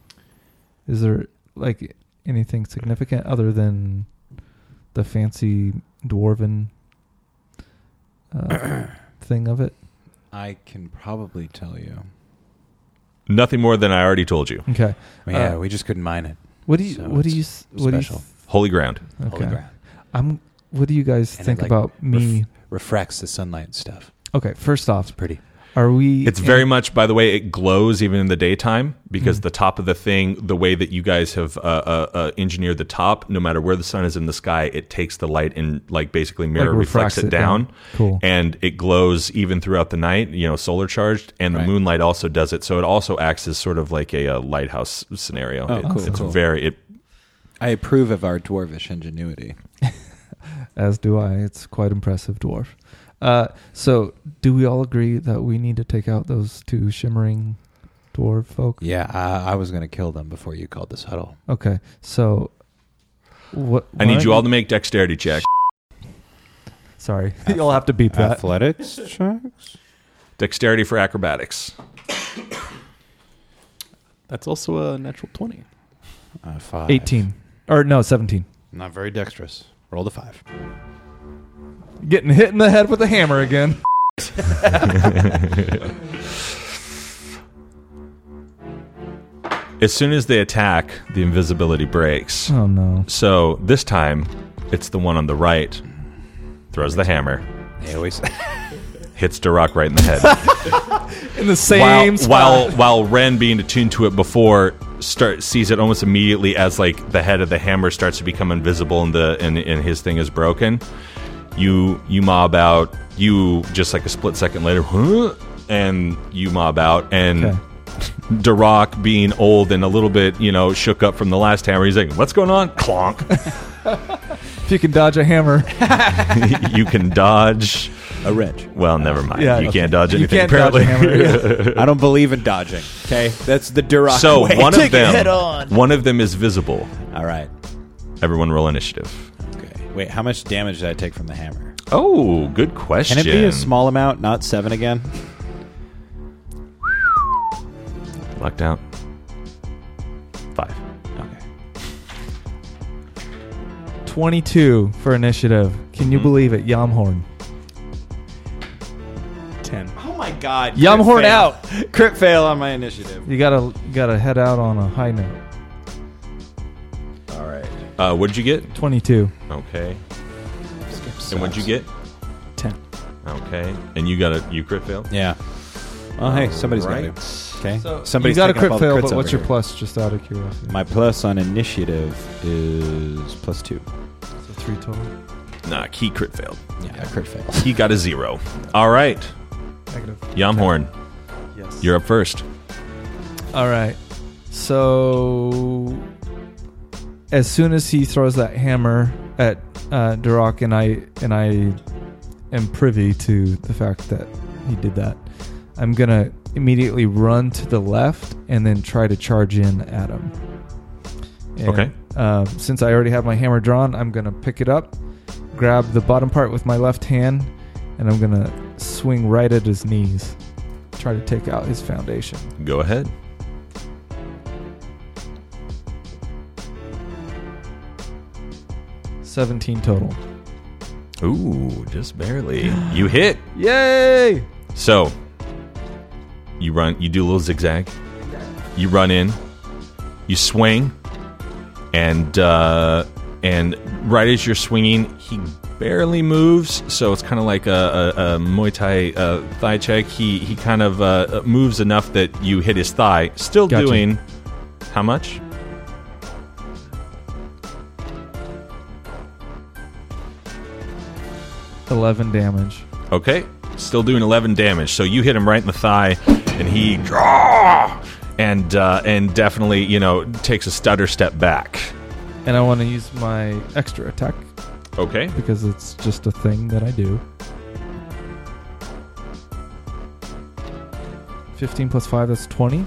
Speaker 3: Is there like anything significant other than the fancy dwarven uh, thing of it?
Speaker 4: I can probably tell you.
Speaker 1: nothing more than I already told you.
Speaker 3: Okay,
Speaker 4: yeah,
Speaker 3: Uh,
Speaker 4: we just couldn't mine it.
Speaker 3: what do you
Speaker 4: So
Speaker 3: what do
Speaker 4: it's
Speaker 3: you s- what do you
Speaker 4: special.
Speaker 1: Holy ground.
Speaker 4: Holy
Speaker 3: okay.
Speaker 4: ground.
Speaker 3: I'm. What do you guys
Speaker 4: And it,
Speaker 3: think
Speaker 4: like,
Speaker 3: about me?
Speaker 4: Refracts the sunlight and stuff.
Speaker 3: okay, first off,
Speaker 4: It's pretty.
Speaker 3: are we?
Speaker 1: It's very much, by the way, it glows even in the daytime because the top of the thing, the way that you guys have uh, uh, uh, engineered the top, no matter where the sun is in the sky, it takes the light and like basically mirror reflects, it, down.
Speaker 3: Cool.
Speaker 1: And it glows even throughout the night, you know, solar charged, and the
Speaker 4: Right.
Speaker 1: moonlight also does it. So it also acts as sort of like a, uh lighthouse scenario.
Speaker 4: Oh,
Speaker 1: It-
Speaker 4: cool,
Speaker 1: it's
Speaker 4: cool.
Speaker 1: very it.
Speaker 4: I approve of our dwarvish ingenuity.
Speaker 3: As do I. It's quite impressive, dwarf. Uh, so, do we all agree that we need to take out those two shimmering dwarf folk?
Speaker 4: Yeah, I, I was going to kill them before you called this huddle.
Speaker 3: Okay. So, what?
Speaker 1: I need
Speaker 3: what?
Speaker 1: you all to make dexterity check.
Speaker 3: Sorry, you'll have to beep that.
Speaker 6: Athletics checks.
Speaker 1: Dexterity for acrobatics.
Speaker 6: That's also a natural twenty.
Speaker 4: Uh, five.
Speaker 3: Eighteen or no, seventeen.
Speaker 4: Not very dexterous. Roll the five.
Speaker 3: Getting hit in the head with a hammer again.
Speaker 1: As soon as they attack, the invisibility breaks.
Speaker 3: Oh no.
Speaker 1: So this time, it's the one on the right. Throws the hammer,
Speaker 4: They always.
Speaker 1: hits Duroc right in the head.
Speaker 3: In the same
Speaker 1: while, while while Ren, being attuned to it before, start sees it almost immediately as like the head of the hammer starts to become invisible and the and, and his thing is broken. You you mob out. You just like a split second later, huh? and you mob out and.
Speaker 3: Okay.
Speaker 1: Duroc being old and a little bit, you know, shook up from the last hammer. He's like, "What's going on?" Clonk.
Speaker 3: If you can dodge a hammer,
Speaker 1: you can dodge.
Speaker 4: a wrench.
Speaker 1: Well, never mind.
Speaker 3: Yeah,
Speaker 1: you
Speaker 3: okay.
Speaker 1: can't dodge
Speaker 3: you
Speaker 1: anything.
Speaker 3: can't dodge
Speaker 1: apparently.
Speaker 3: a hammer. yeah.
Speaker 4: I don't believe in dodging. Okay, that's the Duroc
Speaker 1: so
Speaker 4: way.
Speaker 1: one of
Speaker 4: Take it
Speaker 1: them,
Speaker 4: head on.
Speaker 1: one of them is visible.
Speaker 4: All right.
Speaker 1: Everyone roll initiative.
Speaker 4: Okay. Wait, how much damage did I take from the hammer?
Speaker 1: Oh, good question.
Speaker 4: Can it be a small amount, not seven again?
Speaker 1: Locked out. Five.
Speaker 4: Okay.
Speaker 3: Twenty-two for initiative. Can you believe it, Yamhorn?
Speaker 6: Ten.
Speaker 4: Oh my god.
Speaker 3: Yum
Speaker 4: crit
Speaker 3: horn
Speaker 4: fail.
Speaker 3: out.
Speaker 4: Crit fail on my initiative.
Speaker 3: You gotta you gotta head out on a high note.
Speaker 1: Uh, what'd you get?
Speaker 3: Twenty-two.
Speaker 1: Okay. And what'd you get?
Speaker 6: Ten.
Speaker 1: Okay. And you got a you crit fail.
Speaker 4: Yeah. Well, hey, somebody's
Speaker 1: Right.
Speaker 4: got to. Okay.
Speaker 3: you got a
Speaker 4: taking
Speaker 3: crit
Speaker 4: up all the
Speaker 3: fail,
Speaker 4: crits
Speaker 3: but
Speaker 4: over
Speaker 3: what's your
Speaker 4: here.
Speaker 3: plus? Just out of curiosity.
Speaker 4: My plus on initiative is plus two.
Speaker 3: So three total.
Speaker 1: Nah, he crit failed.
Speaker 4: Yeah, crit fail.
Speaker 1: He got a zero. All right.
Speaker 3: Negative.
Speaker 1: Yamhorn,
Speaker 3: Yes.
Speaker 1: you're up first.
Speaker 3: All right. So as soon as he throws that hammer at uh, Duroc, and I and I am privy to the fact that he did that, I'm gonna immediately run to the left and then try to charge in at him. And,
Speaker 1: Okay.
Speaker 3: Um, since I already have my hammer drawn, I'm gonna pick it up, grab the bottom part with my left hand, and I'm gonna swing right at his knees, try to take out his foundation.
Speaker 1: Go ahead.
Speaker 3: Seventeen total.
Speaker 1: Ooh, just barely. you hit.
Speaker 3: Yay!
Speaker 1: So you run, you do a little zigzag. You run in, you swing, and uh, and right as you're swinging, he barely moves. So it's kind of like a, a, a Muay Thai uh, thigh check. He he kind of uh, moves enough that you hit his thigh. Still
Speaker 3: Gotcha.
Speaker 1: doing how much?
Speaker 3: Eleven damage.
Speaker 1: Okay, still doing 11 damage. So you hit him right in the thigh, and he "Ah!" and uh, and definitely you know takes a stutter step back.
Speaker 3: And I want to use my extra attack
Speaker 1: Okay.
Speaker 3: because it's just a thing that I do. 15 plus 5, that's 20.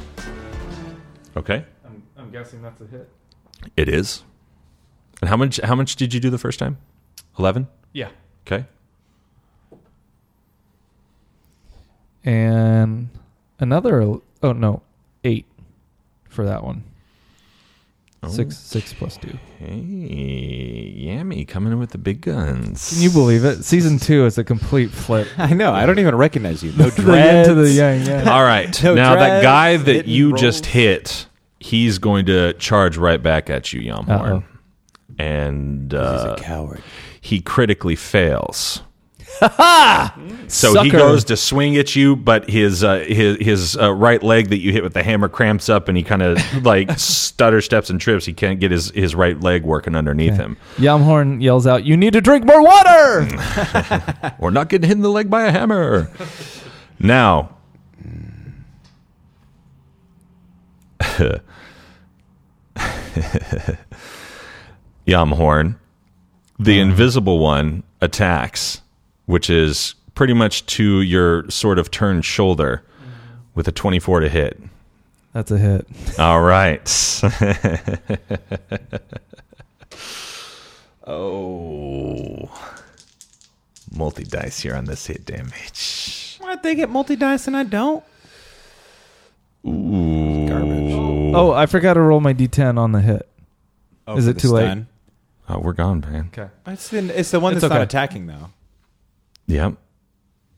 Speaker 1: Okay.
Speaker 3: I'm, I'm guessing that's a hit.
Speaker 1: It is. And how much? How much did you do the first time? Eleven.
Speaker 3: Yeah.
Speaker 1: Okay.
Speaker 3: And another, el- oh no, 8 for that one. 6 6 plus 2.
Speaker 1: Hey, Yammy coming in with the big guns.
Speaker 3: Can you believe it? Season 2 is a complete flip.
Speaker 4: I know. I don't even recognize you.
Speaker 3: The yin to the yang, yeah.
Speaker 1: All right.
Speaker 4: No
Speaker 1: now that
Speaker 4: drives,
Speaker 1: guy that
Speaker 4: hitting
Speaker 1: you
Speaker 4: rolls.
Speaker 1: just hit, he's going to charge right back at you, Yamhorn.
Speaker 3: Uh-oh.
Speaker 1: And uh,
Speaker 4: coward.
Speaker 1: he critically fails. so he
Speaker 3: Sucker.
Speaker 1: goes to swing at you, but his uh, his his uh, right leg that you hit with the hammer cramps up, and he kind of like stutter steps and trips. He can't get his his right leg working underneath him.
Speaker 3: Yamhorn yells out, You need to drink more water!
Speaker 1: We're not getting hit in the leg by a hammer. now, Yamhorn, the invisible one, attacks, which is pretty much to your sort of turned shoulder with a 24 to hit.
Speaker 3: That's a hit.
Speaker 1: All right. oh. Multi dice here on this hit damage.
Speaker 6: Why'd they get multi dice and I don't?
Speaker 1: Ooh.
Speaker 3: Oh, I forgot to roll my d10 on the hit.
Speaker 4: Oh,
Speaker 3: Is
Speaker 4: for
Speaker 3: it
Speaker 4: the
Speaker 3: too late?
Speaker 4: stun.
Speaker 1: Oh, we're gone, man.
Speaker 3: Okay.
Speaker 4: It's the, it's the one
Speaker 3: It's
Speaker 4: that's
Speaker 3: okay.
Speaker 4: not attacking though.
Speaker 1: Yep.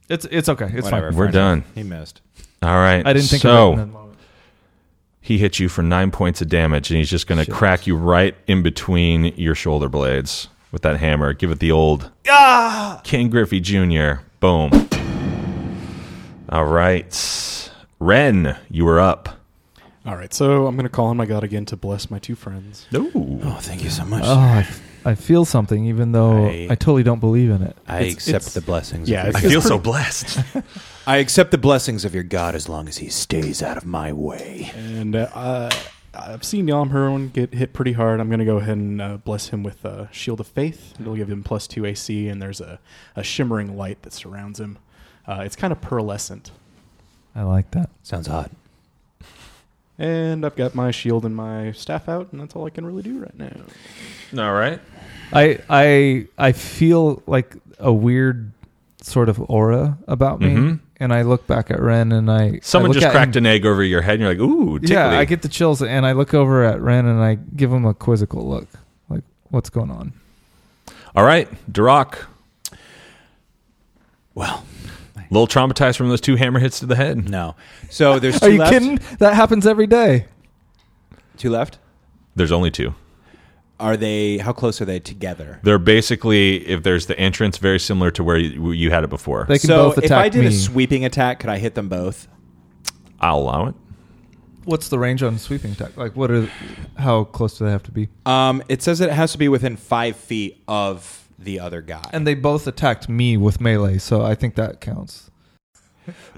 Speaker 3: It's it's okay. It's
Speaker 4: Whatever.
Speaker 1: We're
Speaker 4: fair
Speaker 1: done.
Speaker 4: enough. He missed.
Speaker 1: All right.
Speaker 3: fine. I didn't think
Speaker 1: so.
Speaker 3: of it in that moment.
Speaker 1: He hit you for nine points of damage, and he's just going to crack you right in between your shoulder blades with that hammer. Give it the old
Speaker 3: Ah!
Speaker 1: King Griffey Jr. Boom. All right. Ren, you were up.
Speaker 6: All right, so I'm gonna call on my god again to bless my two friends.
Speaker 1: No.
Speaker 4: Oh, thank you so much.
Speaker 3: Oh, I, f- I feel something, even though I,
Speaker 4: I-
Speaker 3: totally don't believe in it.
Speaker 4: I
Speaker 6: it's-
Speaker 4: accept
Speaker 6: it's-
Speaker 4: the blessings.
Speaker 6: yeah,
Speaker 4: of
Speaker 6: it's-
Speaker 4: your,
Speaker 1: I feel so blessed.
Speaker 4: I accept the blessings of your God as long as he stays out of my way.
Speaker 6: And uh, uh, I've seen Yom Heron get hit pretty hard. I'm gonna go ahead and uh, bless him with uh, Shield of Faith. It'll give him plus two AC, and there's a, a shimmering light that surrounds him. Uh, it's kind of pearlescent.
Speaker 3: I like that.
Speaker 4: Sounds hot.
Speaker 6: And I've got my shield and my staff out, and that's all I can really do right now.
Speaker 1: All right.
Speaker 3: I I I feel like a weird sort of aura about me,
Speaker 1: Mhm.
Speaker 3: and I look back at Ren and I
Speaker 1: Someone
Speaker 3: I look
Speaker 1: just
Speaker 3: at
Speaker 1: cracked
Speaker 3: him,
Speaker 1: an egg over your head, and you're like, ooh, tickly.
Speaker 3: Yeah, I get the chills, and I look over at Ren and I give him a quizzical look, like what's going on?
Speaker 1: All right. Duroc,
Speaker 4: Well,
Speaker 1: a little traumatized from those two hammer hits to the head.
Speaker 4: no. So there's two
Speaker 3: Are you
Speaker 4: left.
Speaker 3: kidding? That happens every day.
Speaker 4: Two left.
Speaker 1: There's only two.
Speaker 4: Are they? How close are they together?
Speaker 1: They're basically, if there's the entrance, very similar to where you, you had it before.
Speaker 3: They can
Speaker 4: so
Speaker 3: both attack
Speaker 4: if I did
Speaker 3: me.
Speaker 4: a sweeping attack, could I hit them both?
Speaker 1: I'll allow it.
Speaker 3: What's the range on sweeping attack? Like, what are how close do they have to be?
Speaker 4: Um, it says it has to be within five feet of the other guy.
Speaker 3: And they both attacked me with melee, so I think that counts.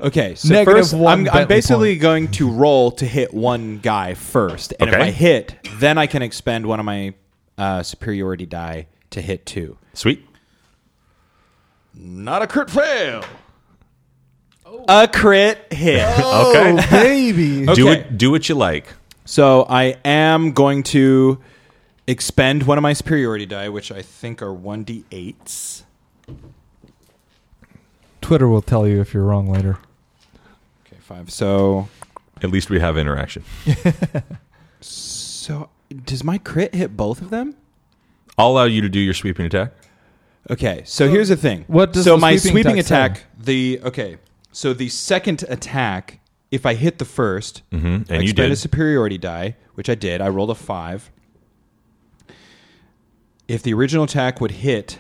Speaker 4: okay, so
Speaker 3: Negative
Speaker 4: first,
Speaker 3: one
Speaker 4: I'm, I'm
Speaker 3: Bentley
Speaker 4: basically going to roll to hit one guy first, and if
Speaker 1: Okay.
Speaker 4: I hit, then I can expend one of my uh, superiority die to hit two.
Speaker 1: Sweet.
Speaker 4: Not a crit fail. A crit hit.
Speaker 1: Okay.
Speaker 3: baby!
Speaker 1: Do
Speaker 4: Okay.
Speaker 1: it. Do what you like.
Speaker 4: So I am going to expend one of my superiority die, which I think are one d eights.
Speaker 3: Twitter will tell you if you're wrong later.
Speaker 4: Okay, five. So,
Speaker 1: At least we have interaction.
Speaker 4: so does my crit hit both of them?
Speaker 1: I'll allow you to do your sweeping attack.
Speaker 4: Okay, so, here's the thing.
Speaker 3: what does
Speaker 4: so
Speaker 3: the
Speaker 4: my
Speaker 3: sweeping
Speaker 4: sweeping,
Speaker 3: attack
Speaker 4: attack? The okay, so the second attack, if I hit the 1st
Speaker 1: Mhm,
Speaker 4: I
Speaker 1: and you
Speaker 4: expend
Speaker 1: did.
Speaker 4: a superiority die, which I did. I rolled a five. If the original attack would hit,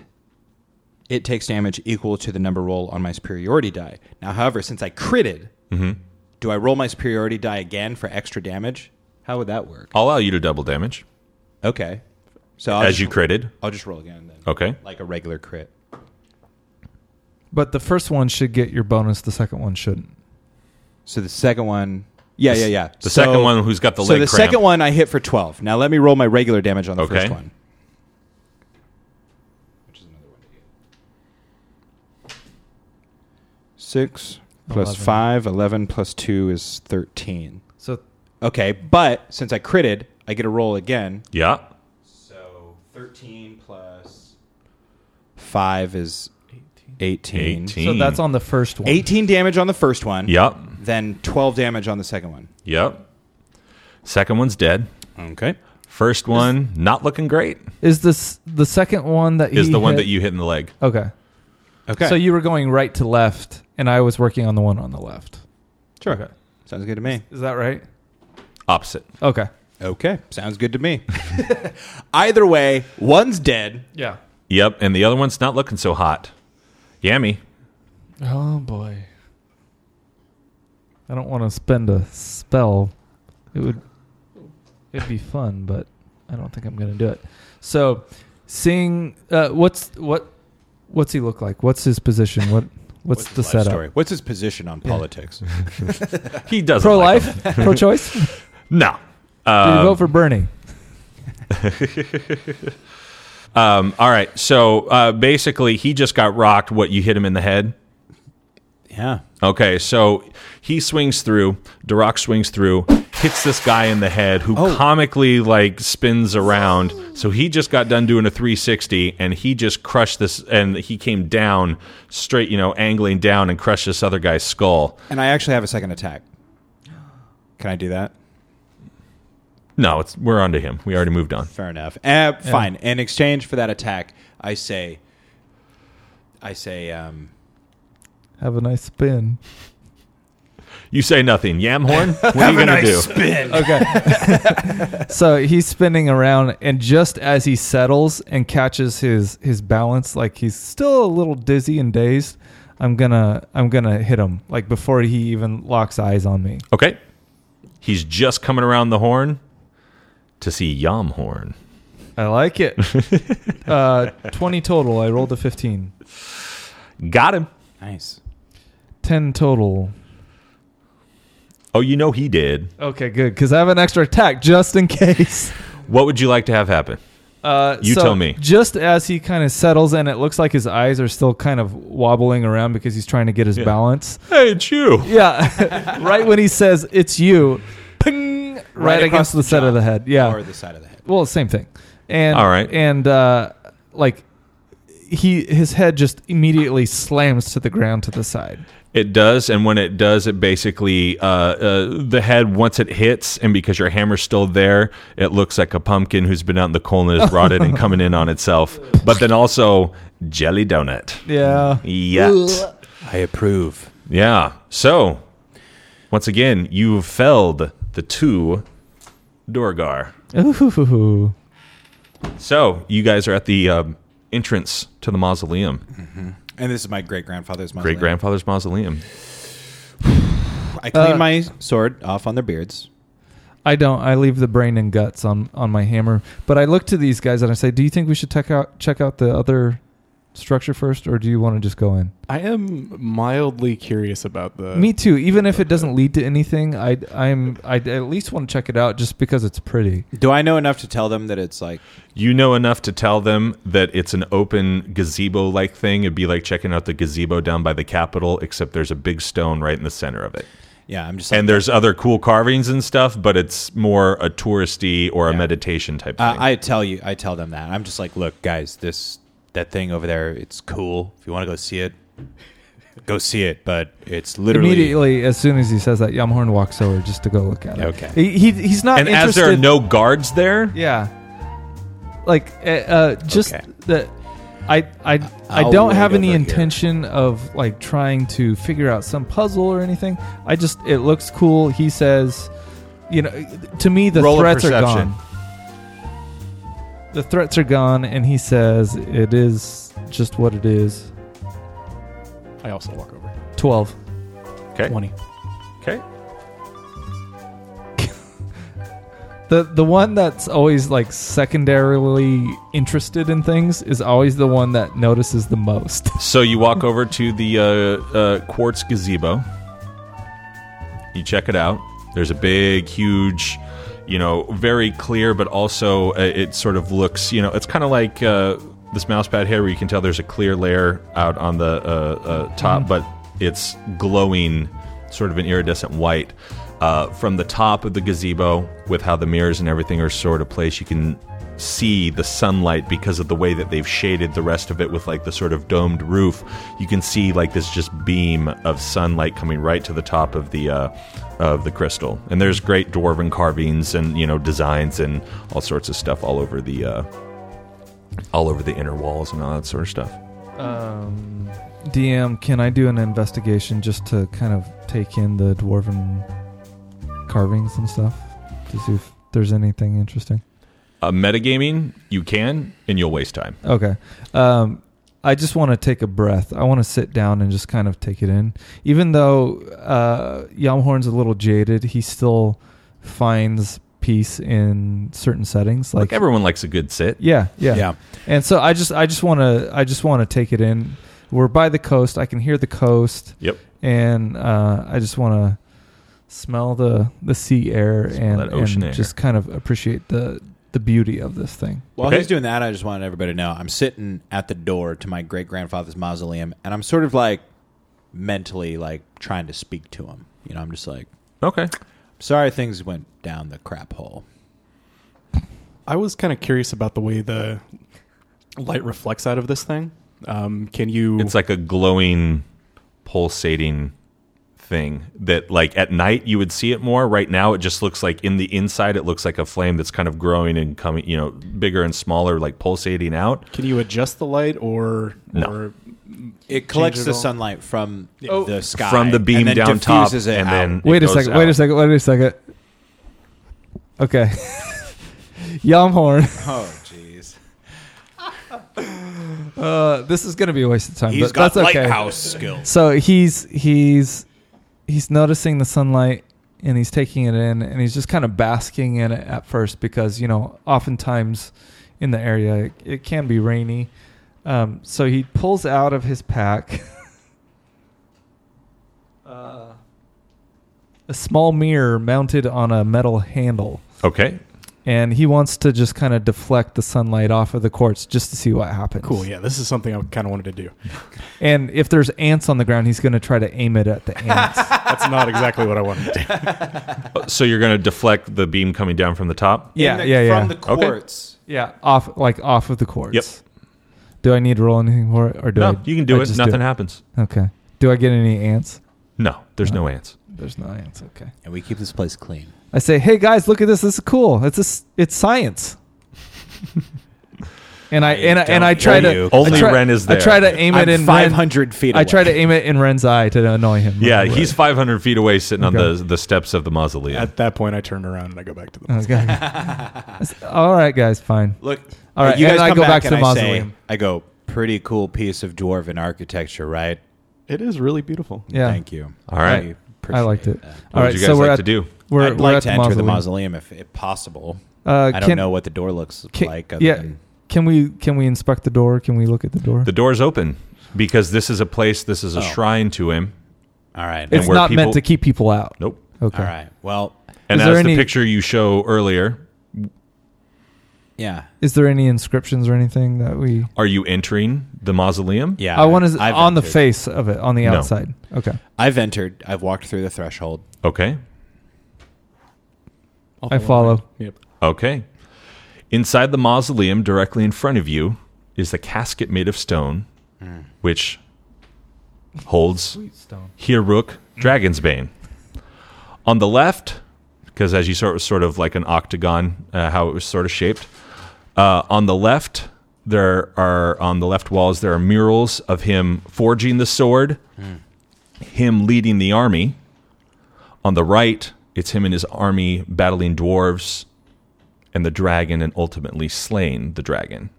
Speaker 4: it takes damage equal to the number roll on my superiority die. Now, however, since I critted,
Speaker 1: Mm-hmm.
Speaker 4: do I roll my superiority die again for extra damage? How would that work?
Speaker 1: I'll allow you to double damage
Speaker 4: Okay, so I'll
Speaker 1: as
Speaker 4: just,
Speaker 1: you critted.
Speaker 4: I'll just roll again then,
Speaker 1: Okay.
Speaker 4: like a regular crit.
Speaker 3: But the first one should get your bonus, the second one shouldn't.
Speaker 4: So the second one. Yeah, yeah, yeah.
Speaker 1: The
Speaker 4: So-
Speaker 1: second one who's got the
Speaker 4: so
Speaker 1: leg
Speaker 4: the
Speaker 1: cramp.
Speaker 4: second one I hit for twelve. Now let me roll my regular damage on the
Speaker 1: Okay.
Speaker 4: first one. Which is six plus
Speaker 3: Eleven.
Speaker 4: five, 11 plus two is 13.
Speaker 3: So
Speaker 4: Okay, but since I critted, I get a roll again.
Speaker 1: Yeah.
Speaker 4: So 13 plus five is 18.
Speaker 1: 18.
Speaker 3: so that's on the first one.
Speaker 4: 18 damage on the first one.
Speaker 1: Yep.
Speaker 4: Then 12 damage on the second one.
Speaker 1: Yep. Second one's dead.
Speaker 4: Okay.
Speaker 1: First one, not looking great,
Speaker 3: Is this the second one that
Speaker 1: is
Speaker 3: he
Speaker 1: the one
Speaker 3: hit?
Speaker 1: that you hit in the leg.
Speaker 3: Okay.
Speaker 4: Okay.
Speaker 3: So you were going right to left, and I was working on the one on the left.
Speaker 4: sure. Sounds good to me.
Speaker 3: Is that right?
Speaker 1: Opposite.
Speaker 3: Okay.
Speaker 4: Okay. Sounds good to me. Either way, one's dead.
Speaker 3: Yeah.
Speaker 1: Yep. And the other one's not looking so hot. Yammy.
Speaker 3: Oh boy. I don't want to spend a spell. It would it'd be fun, but I don't think I'm going to do it. So, seeing uh, what's what what's he look like? What's his position? What what's, the
Speaker 4: Life
Speaker 3: setup?
Speaker 4: story. What's his position on politics?
Speaker 1: He doesn't.
Speaker 3: Pro
Speaker 1: like him.
Speaker 3: life? Pro choice? Did
Speaker 1: No.
Speaker 3: you vote for Bernie?
Speaker 1: Um, all right. So uh, basically, he just got rocked. What you hit him in the head?
Speaker 4: yeah.
Speaker 1: Okay, so he swings through. Duroc swings through, hits this guy in the head, who comically like spins around. So he just got done doing a 360, and he just crushed this. And he came down straight, you know, angling down and crushed this other guy's skull.
Speaker 4: And I actually have a second attack. Can I do that?
Speaker 1: No, it's we're onto him. We already moved on.
Speaker 4: Fair enough. Uh, Fine. In exchange for that attack, I say, I say, um,
Speaker 3: Have a nice spin.
Speaker 1: You say nothing, Yamhorn. What are you gonna do?
Speaker 3: Okay. so he's spinning around, and just as he settles and catches his his balance, like he's still a little dizzy and dazed, I'm gonna I'm gonna hit him like before he even locks eyes on me.
Speaker 1: Okay, he's just coming around the horn to see Yamhorn.
Speaker 3: I like it. uh, Twenty total. I rolled a fifteen.
Speaker 1: Got him.
Speaker 4: nice.
Speaker 3: Ten total.
Speaker 1: Oh, you know he did.
Speaker 3: Okay, good. Because I have an extra attack just in case.
Speaker 1: What would you like to have happen?
Speaker 3: Uh,
Speaker 1: You
Speaker 3: so
Speaker 1: tell me.
Speaker 3: Just as he kind of settles, and it looks like his eyes are still kind of wobbling around because he's trying to get his balance.
Speaker 1: Hey, it's you.
Speaker 3: Yeah, right when he says it's you, ping, right,
Speaker 4: across
Speaker 3: against the side
Speaker 4: jaw
Speaker 3: of the head. Yeah,
Speaker 4: Or the side of the head.
Speaker 3: well, same thing. And
Speaker 1: All right.
Speaker 3: and uh, like he his head just immediately slams to the ground to the side.
Speaker 1: It does, and when it does, it basically uh, uh, the head once it hits, and because your hammer's still there, it looks like a pumpkin who's been out in the cold and is rotted and coming in on itself. But then also jelly donut.
Speaker 3: Yeah,
Speaker 1: Yet.
Speaker 4: I approve.
Speaker 1: Yeah. So once again, you've felled the two Dorgar.
Speaker 3: Ooh.
Speaker 1: So you guys are at the um, entrance to the mausoleum,
Speaker 4: And this is my great grandfather's mausoleum.
Speaker 1: great grandfather's mausoleum.
Speaker 4: I clean
Speaker 3: Uh,
Speaker 4: my sword off on their beards.
Speaker 3: I don't. I leave the brain and guts on on my hammer. But I look to these guys and I say, "Do you think we should check out check out the other structure first, or do you want to just go in?"
Speaker 6: I am mildly curious about the.
Speaker 3: Me too. Even if it doesn't lead to anything, I I'm I at least want to check it out just because it's pretty.
Speaker 4: Do I know enough to tell them that it's like
Speaker 1: You know enough to tell them that it's an open gazebo like thing. It'd be like checking out the gazebo down by the Capitol, except there's a big stone right in the center of it.
Speaker 4: yeah, I'm just like,
Speaker 1: And there's other cool carvings and stuff, but it's more a touristy or a meditation type thing.
Speaker 4: uh, I tell you I tell them that. I'm just like, look, guys, this that thing over there, it's cool. If you want to go see it, go see it, but it's literally
Speaker 3: Immediately, as soon as he says that, Yamhorn walks over just to go look at it.
Speaker 4: Okay.
Speaker 3: He, he- he's not
Speaker 1: and as
Speaker 3: interested.
Speaker 1: there are no guards there,
Speaker 3: yeah. Like uh, uh, just
Speaker 4: Okay.
Speaker 3: that. I I I
Speaker 4: I'll
Speaker 3: don't
Speaker 4: wait
Speaker 3: have any
Speaker 4: over here.
Speaker 3: intention of like trying to figure out some puzzle or anything. I just it looks cool. He says, you know, to me the
Speaker 4: Roll a
Speaker 3: threats are
Speaker 4: perception.
Speaker 3: gone. The threats are gone, and he says it is just what it is.
Speaker 6: I also walk over.
Speaker 3: Twelve.
Speaker 1: okay,
Speaker 6: Twenty.
Speaker 1: okay,
Speaker 3: The the one that's always like secondarily interested in things is always the one that notices the most.
Speaker 1: so you walk over to the uh, uh, quartz gazebo. You check it out. There's a big, huge, you know, very clear, but also uh, it sort of looks, you know, it's kind of like uh, this mouse pad here, where you can tell there's a clear layer out on the uh, uh, top, but It's glowing, sort of an iridescent white. Uh, from the top of the gazebo, with how the mirrors and everything are sort of placed, you can see the sunlight because of the way that they've shaded the rest of it with like the sort of domed roof. You can see like this just beam of sunlight coming right to the top of the uh, of the crystal. And there's great dwarven carvings and you know designs and all sorts of stuff all over the uh, all over the inner walls and all that sort of stuff.
Speaker 3: Um, DM, can I do an investigation just to kind of take in the dwarven carvings and stuff to see if there's anything interesting?
Speaker 1: Uh, metagaming, you can, and you'll waste time.
Speaker 3: Okay. Um, I just want to take a breath. I want to sit down and just kind of take it in. Even though uh, Yamhorn's a little jaded, he still finds peace in certain settings.
Speaker 1: Like
Speaker 3: Like,
Speaker 1: everyone likes a good sit.
Speaker 3: yeah, yeah,
Speaker 7: Yeah.
Speaker 3: And so I just, I just want to, I just want to take it in. We're by the coast. I can hear the coast.
Speaker 1: Yep.
Speaker 3: and uh, I just want to smell the the sea air
Speaker 1: Smell
Speaker 3: and,
Speaker 1: that ocean
Speaker 3: and
Speaker 1: air.
Speaker 3: just kind of appreciate the the beauty of this thing.
Speaker 7: While
Speaker 1: Okay.
Speaker 7: he's doing that, I just wanted everybody to know I'm sitting at the door to my great grandfather's mausoleum, and I'm sort of like mentally like trying to speak to him. You know, I'm just like,
Speaker 1: Okay.
Speaker 7: sorry, things went down the crap hole.
Speaker 6: I was kind of curious about the way the light reflects out of this thing. Um, can you?
Speaker 1: It's like a glowing, pulsating thing that, like, at night you would see it more. Right now, it just looks like in the inside, it looks like a flame that's kind of growing and coming, you know, bigger and smaller, like pulsating out.
Speaker 6: can you adjust the light or
Speaker 1: No.
Speaker 6: or
Speaker 7: It collects
Speaker 6: it
Speaker 7: the
Speaker 6: all.
Speaker 7: sunlight from
Speaker 6: Oh.
Speaker 7: the sky,
Speaker 1: From the
Speaker 7: and
Speaker 1: beam
Speaker 7: then
Speaker 1: down top,
Speaker 7: diffuses it
Speaker 1: and
Speaker 7: out.
Speaker 1: then
Speaker 3: Wait a
Speaker 1: goes
Speaker 3: second. Wait a
Speaker 1: out.
Speaker 3: second. Wait a second. Okay. Yamhorn.
Speaker 7: oh jeez,
Speaker 3: Uh, this is gonna be a waste of time.
Speaker 7: he's
Speaker 3: but
Speaker 7: got
Speaker 3: that's okay.
Speaker 7: lighthouse skills.
Speaker 3: So he's he's he's noticing the sunlight and he's taking it in and he's just kind of basking in it at first because you know oftentimes in the area it, it can be rainy. Um, so he pulls out of his pack uh, a small mirror mounted on a metal handle,
Speaker 1: Okay.
Speaker 3: and he wants to just kind of deflect the sunlight off of the quartz just to see what happens.
Speaker 6: cool? Yeah, this is something I kind of wanted to do.
Speaker 3: And if there's ants on the ground, he's going to try to aim it at the ants.
Speaker 6: That's not exactly what I wanted to do.
Speaker 1: Uh, So you're going to deflect the beam coming down from the top?
Speaker 3: Yeah,
Speaker 7: In the-
Speaker 3: yeah, yeah.
Speaker 7: From the quartz,
Speaker 3: yeah, off like off of the quartz.
Speaker 1: Yep.
Speaker 3: Do I need to roll anything for it, or do I?
Speaker 1: no, you can do
Speaker 3: I
Speaker 1: it.
Speaker 3: just
Speaker 1: Nothing happens.
Speaker 3: Okay. Do I get any ants?
Speaker 1: No, there's no ants.
Speaker 3: There's no ants. Okay.
Speaker 7: and we keep this place clean.
Speaker 3: I say, hey guys, look at this. This is cool. It's a s it's science. and I, and I and I
Speaker 7: don't
Speaker 3: try
Speaker 7: hear
Speaker 3: to
Speaker 7: you.
Speaker 1: Only
Speaker 3: I try,
Speaker 1: Ren is
Speaker 3: I
Speaker 1: there.
Speaker 3: try to aim it
Speaker 7: I'm
Speaker 3: in
Speaker 7: five
Speaker 3: Ren.
Speaker 7: hundred feet.
Speaker 3: I try to
Speaker 7: away.
Speaker 3: aim it in Ren's eye to annoy him.
Speaker 1: Yeah, he's 500 feet away sitting on
Speaker 3: Okay.
Speaker 1: the, the steps of the mausoleum.
Speaker 6: At that point, I turned around and I go back to the.
Speaker 3: Okay. I said, All right, guys, fine.
Speaker 7: Look,
Speaker 3: All right,
Speaker 7: you
Speaker 3: and
Speaker 7: guys
Speaker 3: I
Speaker 7: come
Speaker 3: go
Speaker 7: back,
Speaker 3: back to
Speaker 7: and
Speaker 3: the
Speaker 7: I say-
Speaker 3: mausoleum.
Speaker 7: I go, pretty cool piece of dwarven architecture, right?
Speaker 6: It is really beautiful.
Speaker 3: Yeah.
Speaker 7: Thank you.
Speaker 1: All right.
Speaker 7: We
Speaker 3: I liked
Speaker 7: appreciate
Speaker 3: it.
Speaker 7: that.
Speaker 1: what
Speaker 3: All right,
Speaker 1: would you guys
Speaker 3: so we're
Speaker 1: like
Speaker 3: at
Speaker 1: to do?
Speaker 3: We're,
Speaker 7: I'd
Speaker 3: we're
Speaker 7: like
Speaker 3: at
Speaker 7: to
Speaker 3: the
Speaker 7: enter
Speaker 3: mausoleum.
Speaker 7: the mausoleum if, if possible.
Speaker 3: Uh,
Speaker 7: I
Speaker 3: can-
Speaker 7: don't know what the door looks
Speaker 3: Can,
Speaker 7: like.
Speaker 3: yeah,
Speaker 7: than-
Speaker 3: can we can we inspect the door? Can we look at the door?
Speaker 1: The door's open because this is a place, this is a
Speaker 7: Oh.
Speaker 1: shrine to him.
Speaker 7: all right.
Speaker 3: it's
Speaker 1: where
Speaker 3: not
Speaker 1: people-
Speaker 3: meant to keep people out.
Speaker 1: Nope.
Speaker 3: Okay.
Speaker 7: all right. Well,
Speaker 1: And
Speaker 3: Is
Speaker 1: as
Speaker 3: there
Speaker 1: the
Speaker 3: any-
Speaker 1: picture you show earlier,
Speaker 7: yeah.
Speaker 3: Is there any inscriptions or anything that we?
Speaker 1: are you entering the mausoleum?
Speaker 7: Yeah.
Speaker 3: I want to
Speaker 7: I've
Speaker 3: on the
Speaker 7: entered.
Speaker 3: face of it on the
Speaker 1: No.
Speaker 3: outside. Okay.
Speaker 7: I've entered. I've walked through the threshold.
Speaker 1: Okay.
Speaker 6: I'll
Speaker 3: I follow.
Speaker 6: behind. Yep.
Speaker 1: Okay. Inside the mausoleum, directly in front of you, is the casket made of stone, which holds Hiruk Dragonsbane. On the left, because as you saw, it was sort of like an octagon, uh, how it was sort of shaped. Uh, on the left, there are on the left walls there are murals of him forging the sword, him leading the army. On the right, it's him and his army battling dwarves and the dragon, and ultimately slaying the dragon.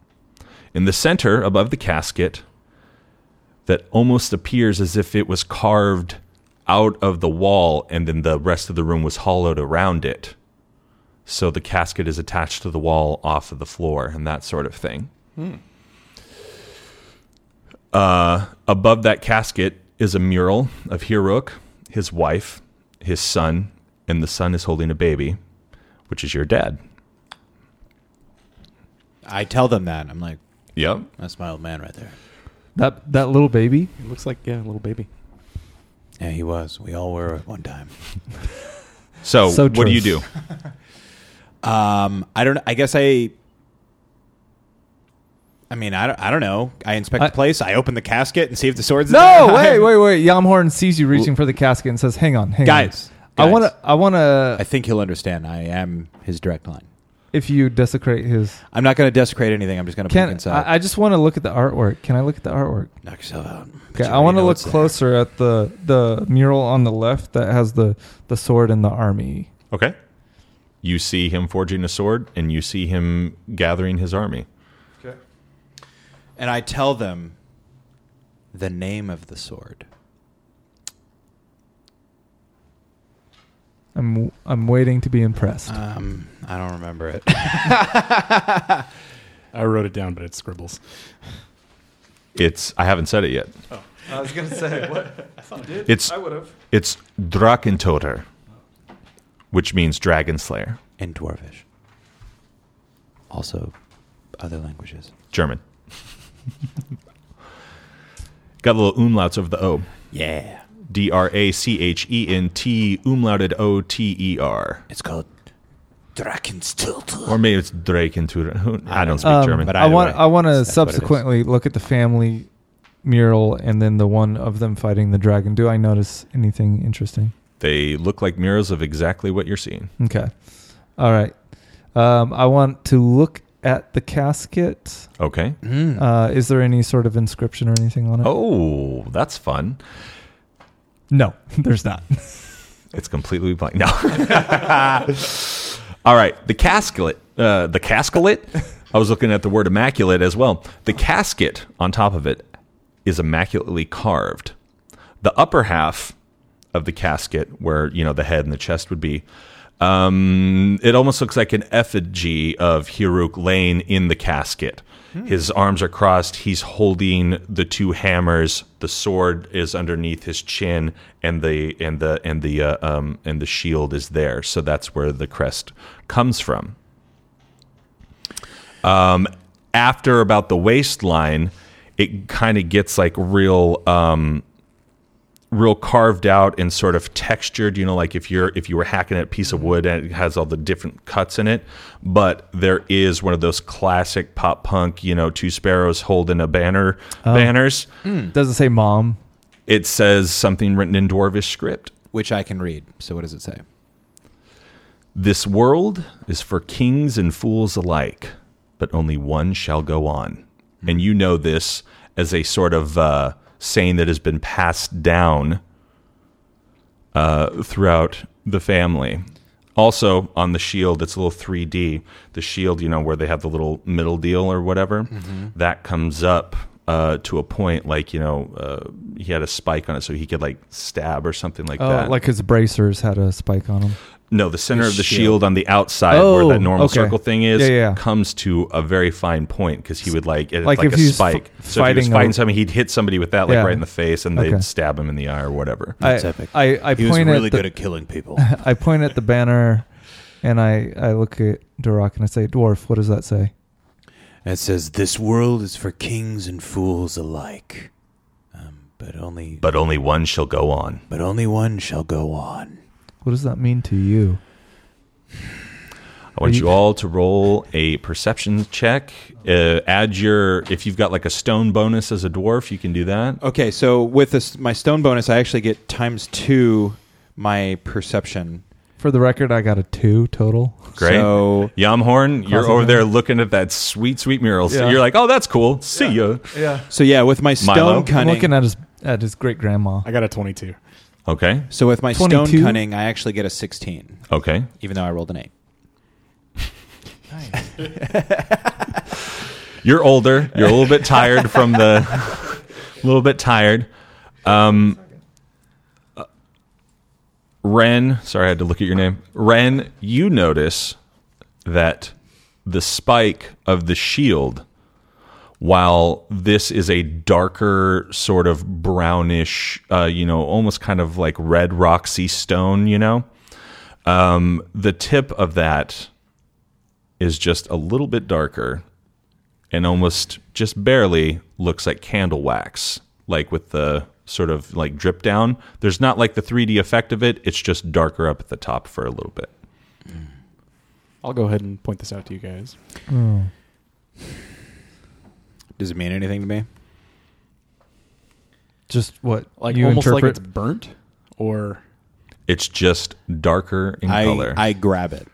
Speaker 1: In the center, above the casket, that almost appears as if it was carved out of the wall and then the rest of the room was hollowed around it. So the casket is attached to the wall off of the floor and that sort of thing. Uh, above that casket is a mural of Hiruk, his wife, his son, and the son is holding a baby, which is your dad.
Speaker 7: I tell them that. I'm like,
Speaker 1: Yep.
Speaker 7: that's my old man right there.
Speaker 3: That that little baby.
Speaker 6: It looks like yeah, a little baby.
Speaker 4: Yeah, he was. We all were at one time.
Speaker 1: So,
Speaker 3: So
Speaker 1: what do you do?
Speaker 3: true.
Speaker 4: Um, I don't. I guess I. I mean, I don't. I don't know. I inspect
Speaker 3: I-
Speaker 4: the place. I open the casket and see if the swords.
Speaker 3: No, wait, wait, wait. Yamhorn sees you reaching for the casket and says, "Hang on, hang
Speaker 4: Guys,
Speaker 3: on." I
Speaker 4: guys.
Speaker 3: want to. I want
Speaker 4: I
Speaker 3: to.
Speaker 4: think he'll understand. I am his direct line.
Speaker 3: If you desecrate his,
Speaker 4: I'm not going to desecrate anything. I'm just going to peek
Speaker 3: can
Speaker 4: inside.
Speaker 3: I, I just want to look at the artwork? Can I look at the artwork?
Speaker 4: Knock yourself out. But
Speaker 3: Okay,
Speaker 4: you
Speaker 3: I
Speaker 4: already
Speaker 3: want to
Speaker 4: know
Speaker 3: look
Speaker 4: it's there.
Speaker 3: closer at the the mural on the left that has the the sword and the army.
Speaker 1: Okay. You see him forging a sword and you see him gathering his army.
Speaker 4: And I tell them the name of the sword.
Speaker 3: I'm I'm waiting to be impressed.
Speaker 4: Um, I don't remember it.
Speaker 6: I wrote it down, but it scribbles.
Speaker 1: It's I haven't said it yet.
Speaker 3: Oh. I was gonna say what
Speaker 1: It's
Speaker 3: would have.
Speaker 1: it's Drakentoter, which means dragon slayer,
Speaker 4: In Dwarvish. Also, other languages.
Speaker 1: German. Got little umlauts over the O.
Speaker 4: Yeah.
Speaker 1: D R A C H E N T umlauted O T E R.
Speaker 4: It's called Drakenstilter.
Speaker 1: Or maybe it's Drakentoter. I don't speak
Speaker 3: Um,
Speaker 1: German.
Speaker 4: but
Speaker 3: I
Speaker 4: either
Speaker 3: want
Speaker 4: way,
Speaker 3: I want to
Speaker 4: that's what it is.
Speaker 3: subsequently look at the family mural and then the one of them fighting the dragon. Do I notice anything interesting?
Speaker 1: they look like mirrors of exactly what you're seeing.
Speaker 3: Okay, all right. Um, I want to look at the casket.
Speaker 1: Okay.
Speaker 4: Mm.
Speaker 3: Uh, is there any sort of inscription or anything on it?
Speaker 1: Oh, that's fun.
Speaker 3: no, there's not.
Speaker 1: It's completely blank. No. All right. The casket. Uh, the casket. I was looking at the word immaculate as well. The casket on top of it is immaculately carved. The upper half of the casket, where you know the head and the chest would be, um, it almost looks like an effigy of Hiruk laying in the casket. His arms are crossed. He's holding the two hammers. The sword is underneath his chin, and the and the and the uh, um, and the shield is there. So that's where the crest comes from. Um, after about the waistline, it kind of gets like real. Um, real carved out and sort of textured you know like if you're if you were hacking at a piece of wood and it has all the different cuts in it but there is one of those classic pop punk you know two sparrows holding a banner banners
Speaker 4: Hmm.
Speaker 3: Doesn't say mom.
Speaker 1: it says something written in dwarvish script
Speaker 4: Which I can read. So, what does it say?
Speaker 1: this world is for kings and fools alike but only one shall go on and you know this as a sort of uh, saying that has been passed down uh, throughout the family. Also on the shield, it's a little 3D. The shield, you know, where they have the little middle deal or whatever, that comes up uh, to a point like you know uh, he had a spike on it, so he could like stab or something like
Speaker 3: Oh,
Speaker 1: that.
Speaker 3: like his bracers had a spike on them.
Speaker 1: no, the center of the shield.
Speaker 4: shield.
Speaker 1: on the outside where
Speaker 3: Oh,
Speaker 1: that normal
Speaker 3: okay.
Speaker 1: circle thing is
Speaker 3: Yeah, yeah.
Speaker 1: comes to a very fine point because he would like it,
Speaker 3: Like
Speaker 1: like,
Speaker 3: if
Speaker 1: a
Speaker 3: he's
Speaker 1: spike.
Speaker 3: f-
Speaker 1: so if he was
Speaker 3: fighting a-
Speaker 1: fighting something, he'd hit somebody with that like
Speaker 3: Yeah.
Speaker 1: right in the face, and they'd
Speaker 3: Okay.
Speaker 1: stab him in the eye or whatever.
Speaker 4: That's
Speaker 3: I,
Speaker 4: epic.
Speaker 3: I, I
Speaker 4: He was
Speaker 3: point
Speaker 4: really
Speaker 3: at the,
Speaker 4: good at killing people.
Speaker 3: I point at the banner and I, I look at Durak and I say, Dwarf, what does that say?
Speaker 4: it says, This world is for kings and fools alike. Um, but only
Speaker 1: but only one shall go on.
Speaker 4: but only one shall go on.
Speaker 3: What does that mean to you?
Speaker 1: I want
Speaker 3: you-
Speaker 1: you all to roll a perception check. Uh, add your if you've got like a stone bonus as a dwarf, you can do that.
Speaker 4: Okay, so with this, my stone bonus, I actually get times two my perception.
Speaker 3: For the record, I got a two total.
Speaker 1: Great.
Speaker 4: So
Speaker 1: Yamhorn, you're
Speaker 3: Closet
Speaker 1: over
Speaker 3: man.
Speaker 1: there looking at that sweet, sweet mural. So
Speaker 3: Yeah.
Speaker 1: you're like, oh, that's cool. See ya.
Speaker 3: Yeah.
Speaker 4: So yeah, with my stone
Speaker 1: Milo? I'm
Speaker 3: I'm
Speaker 4: cunning.
Speaker 3: looking at his at his great grandma.
Speaker 6: I got a 22.
Speaker 1: Okay.
Speaker 4: so with my
Speaker 3: 22?
Speaker 4: stone cunning, I actually get a sixteen,
Speaker 1: Okay.
Speaker 4: even though I rolled an eight.
Speaker 1: You're older. You're a little bit tired from the. A little bit tired. Um, uh, Ren, sorry, I had to look at your name. Ren, you notice that the spike of the shield, while this is a darker sort of brownish, uh, you know, almost kind of like red roxy stone, you know, um, the tip of that is just a little bit darker and almost just barely looks like candle wax, like with the sort of like drip down. There's not like the 3D effect of it. It's just darker up at the top for a little bit.
Speaker 6: I'll go ahead and point this out to you guys.
Speaker 4: Does it mean anything to me?
Speaker 3: Just what
Speaker 6: Like
Speaker 3: you
Speaker 6: almost
Speaker 3: interpret?
Speaker 6: like it's burnt, or
Speaker 1: It's just darker in
Speaker 4: I
Speaker 1: color.
Speaker 4: I grab it.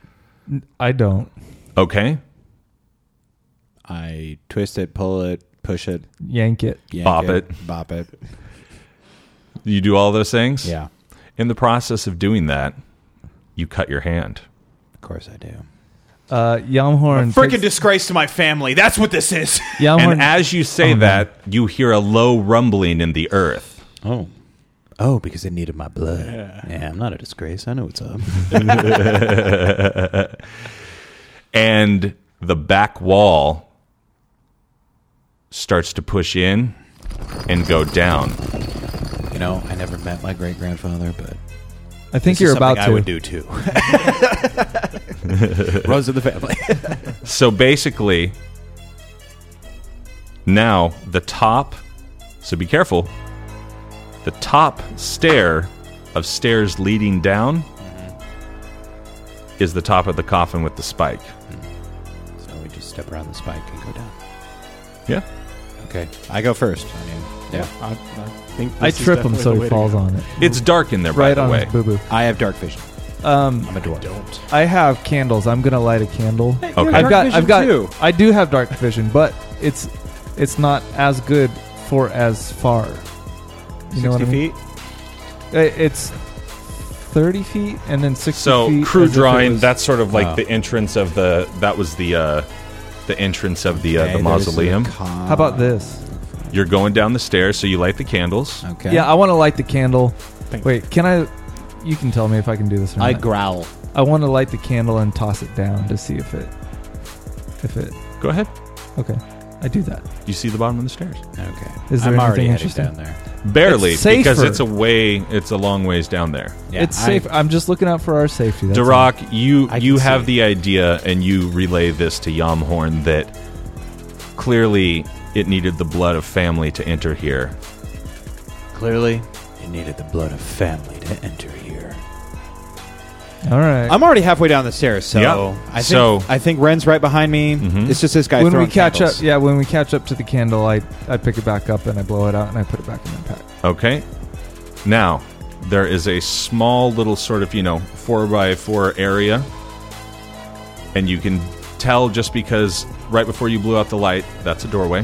Speaker 3: I don't.
Speaker 1: okay.
Speaker 4: I twist it, pull it, push it,
Speaker 3: Yank it.
Speaker 4: yank
Speaker 1: Bop
Speaker 4: bop it.
Speaker 1: You do all those things?
Speaker 4: Yeah,
Speaker 1: In the process of doing that, you cut your hand.
Speaker 4: of course I do.
Speaker 3: Uh, Yamhorn.
Speaker 8: Freaking
Speaker 3: takes-
Speaker 8: disgrace to my family. That's what this is. Oh,
Speaker 3: Yamhorn.
Speaker 1: and as you say that, you hear a low rumbling in the earth.
Speaker 4: Oh, oh, because it needed my blood. Yeah, I'm not a disgrace. I know what's up.
Speaker 1: and the back wall starts to push in and go down.
Speaker 4: you know, I never met my great grandfather, but
Speaker 3: I think
Speaker 4: this is
Speaker 3: you're about
Speaker 4: something
Speaker 3: to.
Speaker 4: I would do too. Rose of the family.
Speaker 1: So basically, now the top, so be careful, the top stair of stairs leading down is the top of the coffin with the spike.
Speaker 4: so we just step around the spike and go down.
Speaker 1: Yeah.
Speaker 4: Okay, I go first. I mean, yeah,
Speaker 6: I, I think
Speaker 3: I
Speaker 6: this is
Speaker 3: trip him
Speaker 6: definitely
Speaker 3: so
Speaker 6: the
Speaker 3: he
Speaker 6: way to
Speaker 3: falls
Speaker 6: go.
Speaker 3: on it.
Speaker 1: It's dark in there, by
Speaker 3: Right
Speaker 1: the
Speaker 3: on
Speaker 1: way.
Speaker 3: his boo boo.
Speaker 4: I have dark vision.
Speaker 3: Um,
Speaker 4: I'm a dwarf.
Speaker 3: I have candles. I'm gonna light a candle.
Speaker 1: Okay.
Speaker 3: I've got. I've got.
Speaker 4: too.
Speaker 3: I do have dark vision, but it's it's not as good for as far. You know what I mean?
Speaker 4: feet.
Speaker 3: I- It's thirty feet and then sixty.
Speaker 1: So
Speaker 3: feet
Speaker 1: crew
Speaker 3: as if it
Speaker 1: drawing.
Speaker 3: was- Ah.
Speaker 1: that's sort of like
Speaker 4: Oh.
Speaker 1: the entrance of the. That was the uh, the entrance of the uh, the mausoleum.
Speaker 3: How about this?
Speaker 1: You're going down the stairs, so you light the candles.
Speaker 4: Okay.
Speaker 3: Yeah, I want to light the candle.
Speaker 6: Thank
Speaker 3: Wait, can I? You can tell me if I can do this or
Speaker 4: I
Speaker 3: not.
Speaker 4: growl.
Speaker 3: I want to light the candle and toss it down to see if it, if it.
Speaker 1: Go ahead.
Speaker 3: Okay, I do that.
Speaker 1: You see the bottom of the stairs.
Speaker 4: Okay.
Speaker 3: Is there anything
Speaker 4: I'm already headed
Speaker 3: interesting?
Speaker 4: down there.
Speaker 1: Barely,
Speaker 3: It's
Speaker 1: because
Speaker 3: safer.
Speaker 1: it's a way. It's a long ways down there.
Speaker 4: Yeah,
Speaker 3: it's
Speaker 4: I-
Speaker 3: safe. I'm just looking out for our safety. that's all.
Speaker 1: Duroc, you
Speaker 4: I can
Speaker 1: you
Speaker 4: see
Speaker 1: have
Speaker 4: it.
Speaker 1: the idea, and you relay this to Yamhorn that clearly it needed the blood of family to enter here.
Speaker 4: Clearly, it needed the blood of family to enter here.
Speaker 3: All right.
Speaker 4: I'm already halfway down the stairs, so
Speaker 1: Yeah.
Speaker 4: I think
Speaker 1: So-
Speaker 4: I think Ren's right behind me. It's just this guy.
Speaker 3: when we
Speaker 4: throwing
Speaker 3: catch
Speaker 4: candles.
Speaker 3: up, yeah, when we catch up to the candle, I I pick it back up and I blow it out and I put it back in my pack.
Speaker 1: Okay. Now, there is a small little sort of, you know, four by four area. And you can tell just because right before you blew out the light, that's a doorway.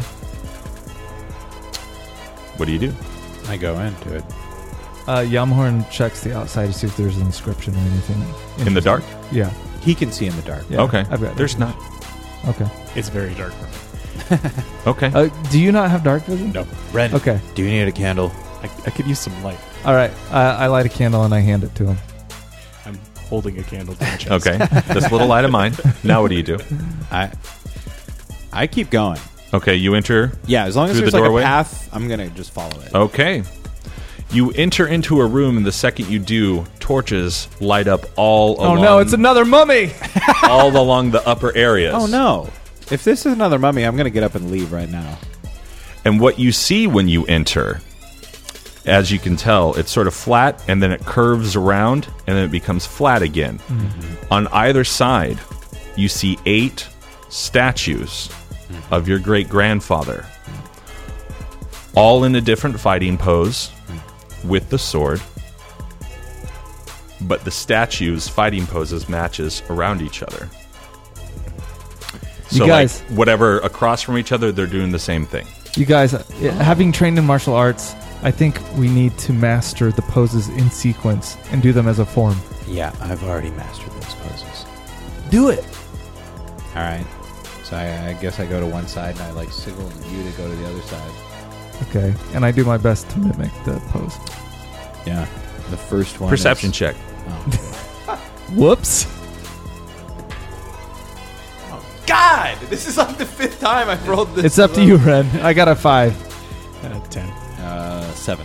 Speaker 1: What do you do?
Speaker 4: I go into it.
Speaker 3: Uh, Yamhorn checks the outside to see if there's an inscription or anything.
Speaker 1: In the dark?
Speaker 3: Yeah.
Speaker 4: He can see in the dark.
Speaker 3: yeah
Speaker 1: okay.
Speaker 3: I've got
Speaker 1: There's
Speaker 3: it.
Speaker 1: not.
Speaker 3: Okay.
Speaker 6: It's very dark. for me.
Speaker 1: Okay.
Speaker 3: Uh, do you not have dark vision?
Speaker 6: No,
Speaker 4: Ren,
Speaker 3: Okay.
Speaker 4: do you need a candle?
Speaker 6: I, I could use some light.
Speaker 3: All right. Uh, I light a candle and I hand it to him.
Speaker 6: I'm holding a candle to my chest.
Speaker 1: okay. this little light of mine. Now, what do you do?
Speaker 4: I I keep going.
Speaker 1: Okay. You enter
Speaker 4: Yeah, as long as
Speaker 1: Through the
Speaker 4: there's like
Speaker 1: doorway? Oh.
Speaker 4: a path, I'm gonna just follow it.
Speaker 1: Okay. You enter into a room, and the second you do, torches light up all
Speaker 3: Oh
Speaker 1: along,
Speaker 3: no! It's another mummy.
Speaker 1: all along the upper areas.
Speaker 4: Oh no! If this is another mummy, I'm gonna get up and leave right now.
Speaker 1: And what you see when you enter, as you can tell, it's sort of flat and then it curves around and then it becomes flat again.
Speaker 3: Mm-hmm.
Speaker 1: On either side, you see eight statues
Speaker 3: Mm-hmm.
Speaker 1: of your great grandfather, all in a different fighting pose
Speaker 3: Mm-hmm.
Speaker 1: with the sword. But the statues' fighting poses matches around each other.
Speaker 3: You
Speaker 1: So,
Speaker 3: guys-
Speaker 1: like, whatever across from each other, they're doing the same thing.
Speaker 3: You guys, uh, having trained in martial arts, I think we need to master the poses in sequence and do them as a form.
Speaker 4: Yeah, I've already mastered those poses.
Speaker 3: Do it.
Speaker 4: All right. So I, I guess I go to one side and I like signal you to go to the other side.
Speaker 3: Okay. And I do my best to mimic the pose.
Speaker 4: Yeah. The first one.
Speaker 1: Perception
Speaker 4: is-
Speaker 1: check.
Speaker 4: Oh.
Speaker 3: Whoops.
Speaker 8: God, this is like the fifth time I've rolled this.
Speaker 3: It's up to you, Ren. I got a five.
Speaker 6: Uh, ten.
Speaker 4: Uh, seven.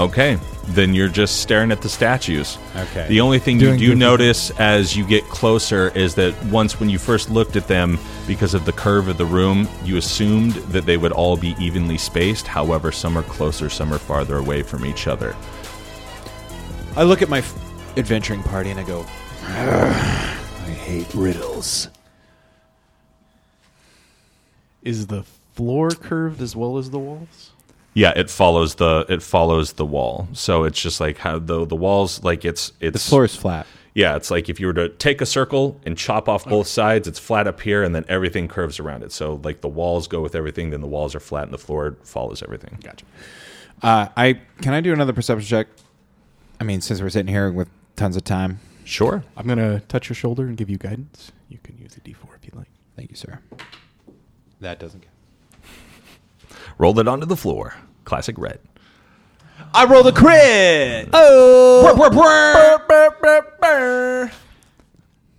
Speaker 1: Okay, then you're just staring at the statues.
Speaker 4: Okay.
Speaker 1: The only thing
Speaker 3: Doing
Speaker 1: you do
Speaker 3: good.
Speaker 1: notice as you get closer is that once when you first looked at them, because of the curve of the room, you assumed that they would all be evenly spaced. However, some are closer, some are farther away from each other.
Speaker 4: I look at my f- adventuring party and I go,
Speaker 9: I hate riddles.
Speaker 6: Is the floor curved as well as the walls?
Speaker 1: Yeah, it follows the it follows the wall. So it's just like how the the walls like it's it's
Speaker 4: the floor is flat.
Speaker 1: Yeah, it's like if you were to take a circle and chop off both sides, it's flat up here, and then everything curves around it. So like the walls go with everything, then the walls are flat, and the floor follows everything. Gotcha.
Speaker 4: Uh, I Can I do another perception check? I mean, since we're sitting here with tons of time.
Speaker 1: Sure.
Speaker 6: I'm gonna touch your shoulder and give you guidance. You can use a D4 if you like.
Speaker 4: Thank you, sir. That doesn't count.
Speaker 1: Rolled it onto the floor. Classic red.
Speaker 4: I rolled a crit. Oh.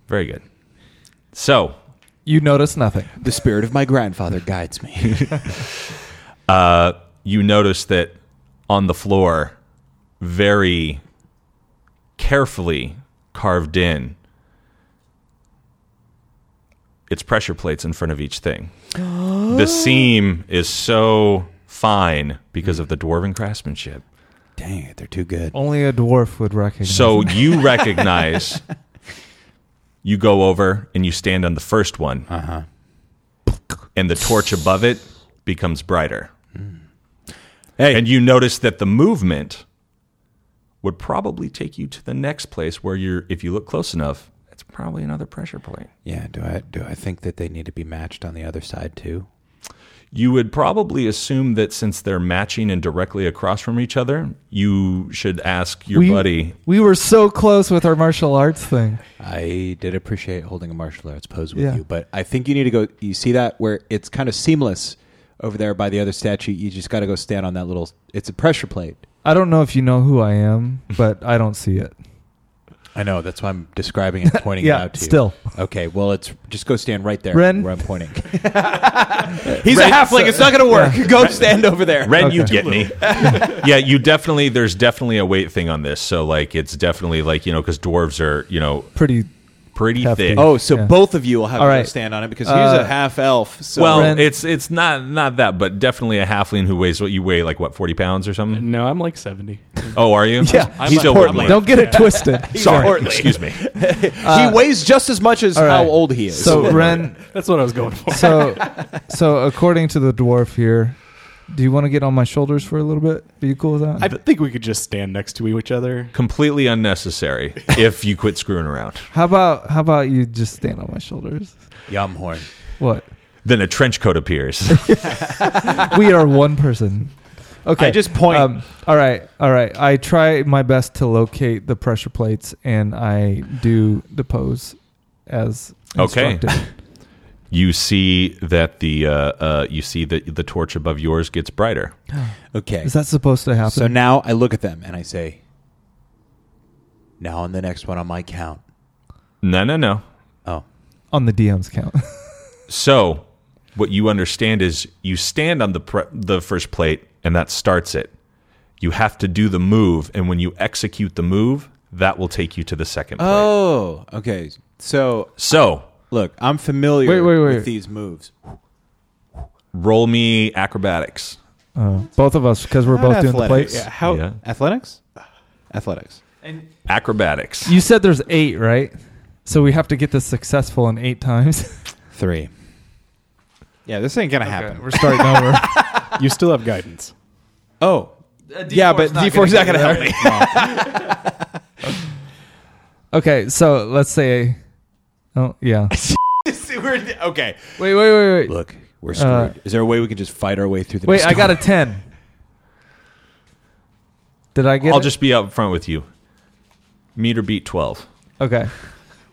Speaker 1: Very good. So
Speaker 3: You notice nothing.
Speaker 4: The spirit of my grandfather guides me.
Speaker 1: you notice that on the floor, very carefully carved in, it's pressure plates in front of each thing. the seam is so fine because of the dwarven craftsmanship.
Speaker 4: Dang it, they're too good.
Speaker 3: Only a dwarf would recognize.
Speaker 1: So you recognize, you go over and you stand on the first one,
Speaker 4: Uh huh.
Speaker 1: and the torch above it becomes brighter.
Speaker 4: Hey,
Speaker 1: And you notice that the movement would probably take you to the next place where you're, if you look close enough, it's probably another pressure plate.
Speaker 4: yeah. Do I do I think that they need to be matched on the other side too?
Speaker 1: You would probably assume that since they're matching and directly across from each other, you should ask your
Speaker 3: we,
Speaker 1: buddy.
Speaker 3: We were so close with our martial arts thing.
Speaker 4: I did appreciate holding a martial arts pose with
Speaker 3: Yeah.
Speaker 4: you, but I think you need to go. You see that where it's kind of seamless over there by the other statue. You just got to go stand on that little. It's a pressure plate.
Speaker 3: I don't know if you know who I am, but I don't see it.
Speaker 4: I know. That's why I'm describing and pointing it
Speaker 3: Yeah,
Speaker 4: out to you.
Speaker 3: still.
Speaker 4: Okay. Well, it's just go stand right there
Speaker 3: Ren?
Speaker 4: where I'm pointing. He's a halfling. It's not going to work. Go stand over there.
Speaker 1: Ren, you
Speaker 3: Okay.
Speaker 1: get me. yeah, you definitely, there's definitely a weight thing on this. So, like, it's definitely like, you know, because dwarves are, you know,
Speaker 3: Pretty.
Speaker 1: pretty
Speaker 3: Hefty.
Speaker 1: thick.
Speaker 4: Oh, so
Speaker 3: Yeah.
Speaker 4: both of you will have
Speaker 3: All
Speaker 4: to
Speaker 3: right.
Speaker 4: go stand on it because he's
Speaker 3: Uh,
Speaker 4: a half elf. So
Speaker 1: well,
Speaker 3: Ren-
Speaker 1: it's it's not not that, but definitely a halfling who weighs what you weigh, like what forty pounds or something.
Speaker 6: No, I'm like 70.
Speaker 1: Oh, are you?
Speaker 3: Yeah,
Speaker 1: I'm
Speaker 3: he's
Speaker 1: still
Speaker 3: Portland.
Speaker 1: Portland.
Speaker 3: Don't get it twisted.
Speaker 1: Sorry, excuse me.
Speaker 4: he weighs just as much as
Speaker 3: All right.
Speaker 4: how old he is.
Speaker 3: So Ren,
Speaker 6: That's what I was going for.
Speaker 3: so so according to the dwarf here, do you want to get on my shoulders for a little bit? Are you cool with that?
Speaker 6: I think we could just stand next to each other.
Speaker 1: Completely unnecessary. If you quit screwing around,
Speaker 3: how about how about you just stand on my shoulders?
Speaker 4: Yum horn.
Speaker 3: What?
Speaker 1: then a trench coat appears.
Speaker 3: we are one person. Okay.
Speaker 4: I just point.
Speaker 3: Um, all right. All right. I try my best to locate the pressure plates and I do the pose as
Speaker 1: Okay.
Speaker 3: instructed.
Speaker 1: you see that the uh, uh, you see that the torch above yours gets brighter.
Speaker 4: Okay.
Speaker 3: Is that supposed to happen?
Speaker 4: So now I look at them and I say, "Now on the next one on my count."
Speaker 1: No, no, no.
Speaker 4: Oh,
Speaker 3: on the DM's count.
Speaker 1: So what you understand is you stand on the pre- the first plate, and that starts it. You have to do the move, and when you execute the move, that will take you to the second plate.
Speaker 4: oh, okay. So
Speaker 1: So
Speaker 4: look, I'm familiar
Speaker 3: Wait, wait, wait.
Speaker 4: with these moves.
Speaker 1: roll me acrobatics.
Speaker 3: Oh, both of us because we're both doing the plates.
Speaker 6: Yeah, how?
Speaker 1: Yeah.
Speaker 4: Athletics, athletics.
Speaker 1: Acrobatics.
Speaker 3: You said there's eight, right? So we have to get this successful in eight times.
Speaker 4: Three. Yeah, this ain't gonna happen.
Speaker 3: We're starting over.
Speaker 6: You still have guidance.
Speaker 4: Oh, yeah, but D four's not gonna help me.
Speaker 3: Okay, so let's say, oh yeah.
Speaker 4: We're- okay,
Speaker 3: Wait, wait, wait, wait.
Speaker 4: look, we're screwed.
Speaker 3: Uh,
Speaker 4: Is there a way we can just fight our way through the?
Speaker 3: Wait, I got a
Speaker 4: to.
Speaker 3: ten. Did I get?
Speaker 1: I'll
Speaker 3: it?
Speaker 1: just be up front with you. Meet or beat 12.
Speaker 3: okay.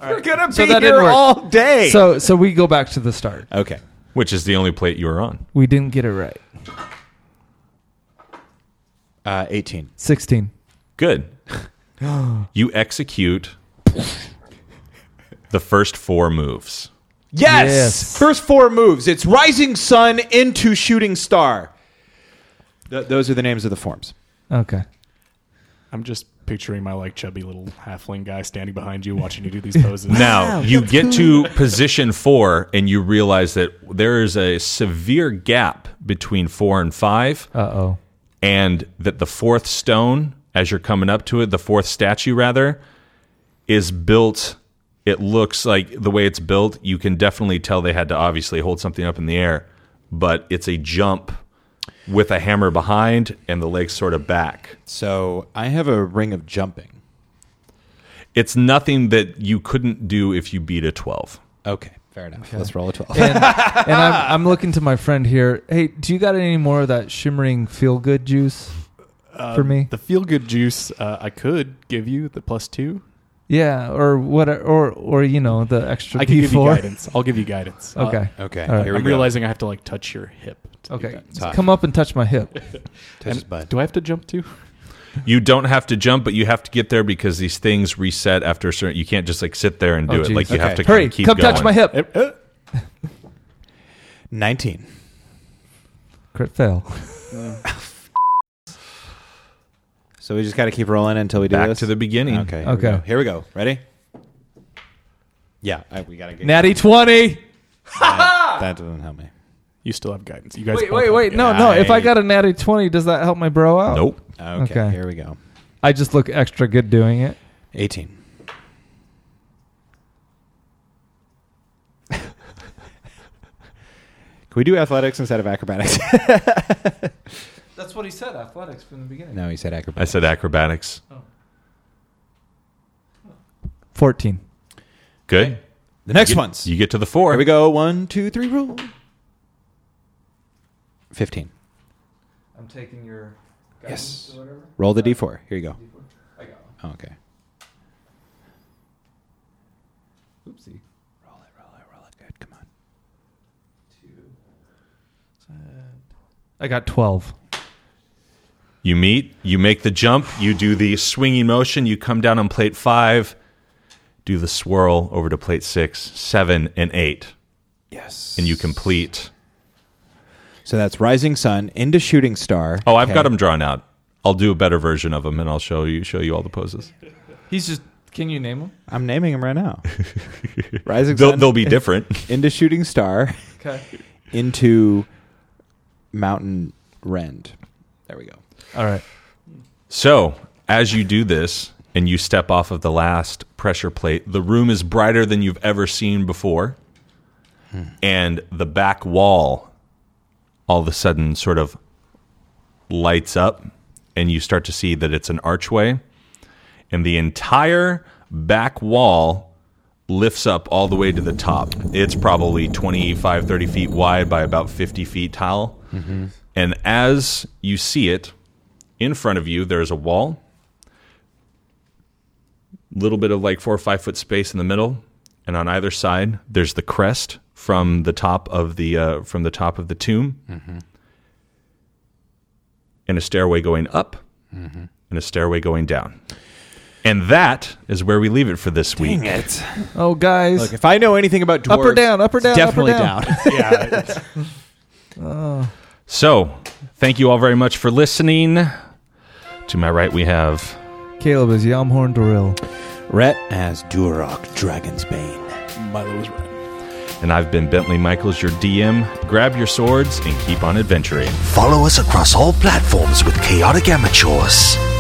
Speaker 4: We're gonna
Speaker 3: So
Speaker 4: be
Speaker 3: that didn't
Speaker 4: here
Speaker 3: work.
Speaker 4: all day.
Speaker 3: So so we go back to the start.
Speaker 4: okay,
Speaker 1: Which is the only plate you were on.
Speaker 3: We didn't get it right.
Speaker 4: uh, eighteen.
Speaker 3: Sixteen.
Speaker 1: Good. you execute the first four moves.
Speaker 4: Yes!
Speaker 3: Yes.
Speaker 4: First four moves. It's Rising Sun into Shooting Star. Th- those are the names of the forms.
Speaker 3: Okay.
Speaker 6: I'm just picturing my like chubby little halfling guy standing behind you, watching you do these poses.
Speaker 1: Now you get to position four, and you realize that there is a severe gap between four and five,
Speaker 3: Uh oh.
Speaker 1: and that the fourth stone, as you're coming up to it, the fourth statue rather, is built. It looks like the way it's built, you can definitely tell they had to obviously hold something up in the air, but it's a jump with a hammer behind and the legs sort of back.
Speaker 4: So I have a ring of jumping.
Speaker 1: It's nothing that you couldn't do if you beat a 12.
Speaker 4: Okay, fair enough. Let's roll a twelve.
Speaker 3: And I'm, I'm looking to my friend here. Hey, do you got any more of that shimmering feel good juice for me?
Speaker 6: Uh, the feel good juice uh, I could give you the plus two.
Speaker 3: yeah, or what? Or or you know the extra
Speaker 6: I can
Speaker 3: P
Speaker 6: give you
Speaker 3: four.
Speaker 6: guidance. I'll give you guidance. Uh,
Speaker 3: Okay.
Speaker 4: Okay,
Speaker 3: All right.
Speaker 4: here we
Speaker 6: I'm
Speaker 4: go.
Speaker 6: realizing I have to like touch your hip. to do
Speaker 3: Okay.
Speaker 6: that.
Speaker 4: Tough.
Speaker 3: Come up and touch my hip.
Speaker 4: Touch his butt.
Speaker 6: Do I have to jump too?
Speaker 1: You don't have to jump, but you have to get there because these things reset after a certain. You can't just like sit there and do
Speaker 3: Oh,
Speaker 1: it.
Speaker 3: geez.
Speaker 1: Like you have
Speaker 4: Okay.
Speaker 1: to kinda
Speaker 3: Hurry,
Speaker 1: keep
Speaker 3: come
Speaker 1: going.
Speaker 3: touch my
Speaker 6: Eh,
Speaker 3: hip.
Speaker 4: Nineteen.
Speaker 3: Crit fail.
Speaker 4: So we just got to keep rolling until we do
Speaker 1: Back
Speaker 4: this.
Speaker 1: to the beginning.
Speaker 4: Okay. Here
Speaker 3: Okay.
Speaker 4: We go. Here we go. Ready? Yeah, I, we gotta get
Speaker 3: Natty twenty.
Speaker 4: that. That doesn't help me.
Speaker 6: You still have guidance. You guys.
Speaker 3: Wait,
Speaker 6: both
Speaker 3: wait,
Speaker 6: have
Speaker 3: wait. No, no. If I got a natty twenty, does that help my bro out?
Speaker 1: Nope.
Speaker 4: Okay,
Speaker 3: Okay.
Speaker 4: Here we go.
Speaker 3: I just look extra good doing it.
Speaker 4: Eighteen. Can we do athletics instead of acrobatics?
Speaker 3: That's what he said. Athletics from the beginning.
Speaker 4: no, he said
Speaker 1: I
Speaker 4: acrobatics.
Speaker 1: said acrobatics.
Speaker 3: Fourteen.
Speaker 1: Good.
Speaker 4: The next
Speaker 1: You-
Speaker 4: one's.
Speaker 1: You get to the four.
Speaker 4: Here we go. One, two, three. Roll. Fifteen.
Speaker 3: I'm taking your.
Speaker 4: Yes. Roll the d4. Here you go.
Speaker 3: I got
Speaker 4: Oh, okay.
Speaker 3: one. Oopsie.
Speaker 4: Roll it. Roll it. Roll it. Good. Come on.
Speaker 3: I got twelve.
Speaker 1: You meet. You make the jump. You do the swinging motion. You come down on plate five. Do the swirl over to plate six, seven, and eight,
Speaker 4: Yes.
Speaker 1: and you complete.
Speaker 4: So that's Rising Sun into Shooting Star.
Speaker 1: Oh, I've got
Speaker 4: Okay.
Speaker 1: them drawn out. I'll do a better version of them, and I'll show you show you all the poses.
Speaker 3: He's just. Can you name him?
Speaker 4: I'm naming them right now. Rising
Speaker 1: They'll,
Speaker 4: Sun
Speaker 1: they'll be different.
Speaker 4: into Shooting Star
Speaker 3: Okay.
Speaker 4: into Mountain Rend. There we go.
Speaker 3: All right.
Speaker 1: So, as you do this and you step off of the last pressure plate, the room is brighter than you've ever seen before. And the back wall all of a sudden sort of lights up, and you start to see that it's an archway. And the entire back wall lifts up all the way to the top. It's probably 25, 30 feet wide by about 50 feet tall. And as you see it, in front of you there's a wall little bit of like four or five foot space in the middle and on either side there's the crest from the top of the uh, from the top of the tomb and a stairway going up and a stairway going down and that is where we leave it for this week
Speaker 4: it.
Speaker 3: Oh, guys.
Speaker 4: Look, if I know anything about dwarves,
Speaker 3: Up or down, up or
Speaker 4: it's
Speaker 3: down, up or
Speaker 4: definitely
Speaker 3: down.
Speaker 6: Yeah. it's-
Speaker 1: so thank you all very much for listening to my right we have
Speaker 3: Caleb is Yamhorn Doril.
Speaker 4: Rhett as Durok Dragon's Bane.
Speaker 6: Milo was right.
Speaker 1: and i've been bentley michaels your dm grab your swords and keep on adventuring
Speaker 2: Follow us across all platforms with Chaotic Amateurs.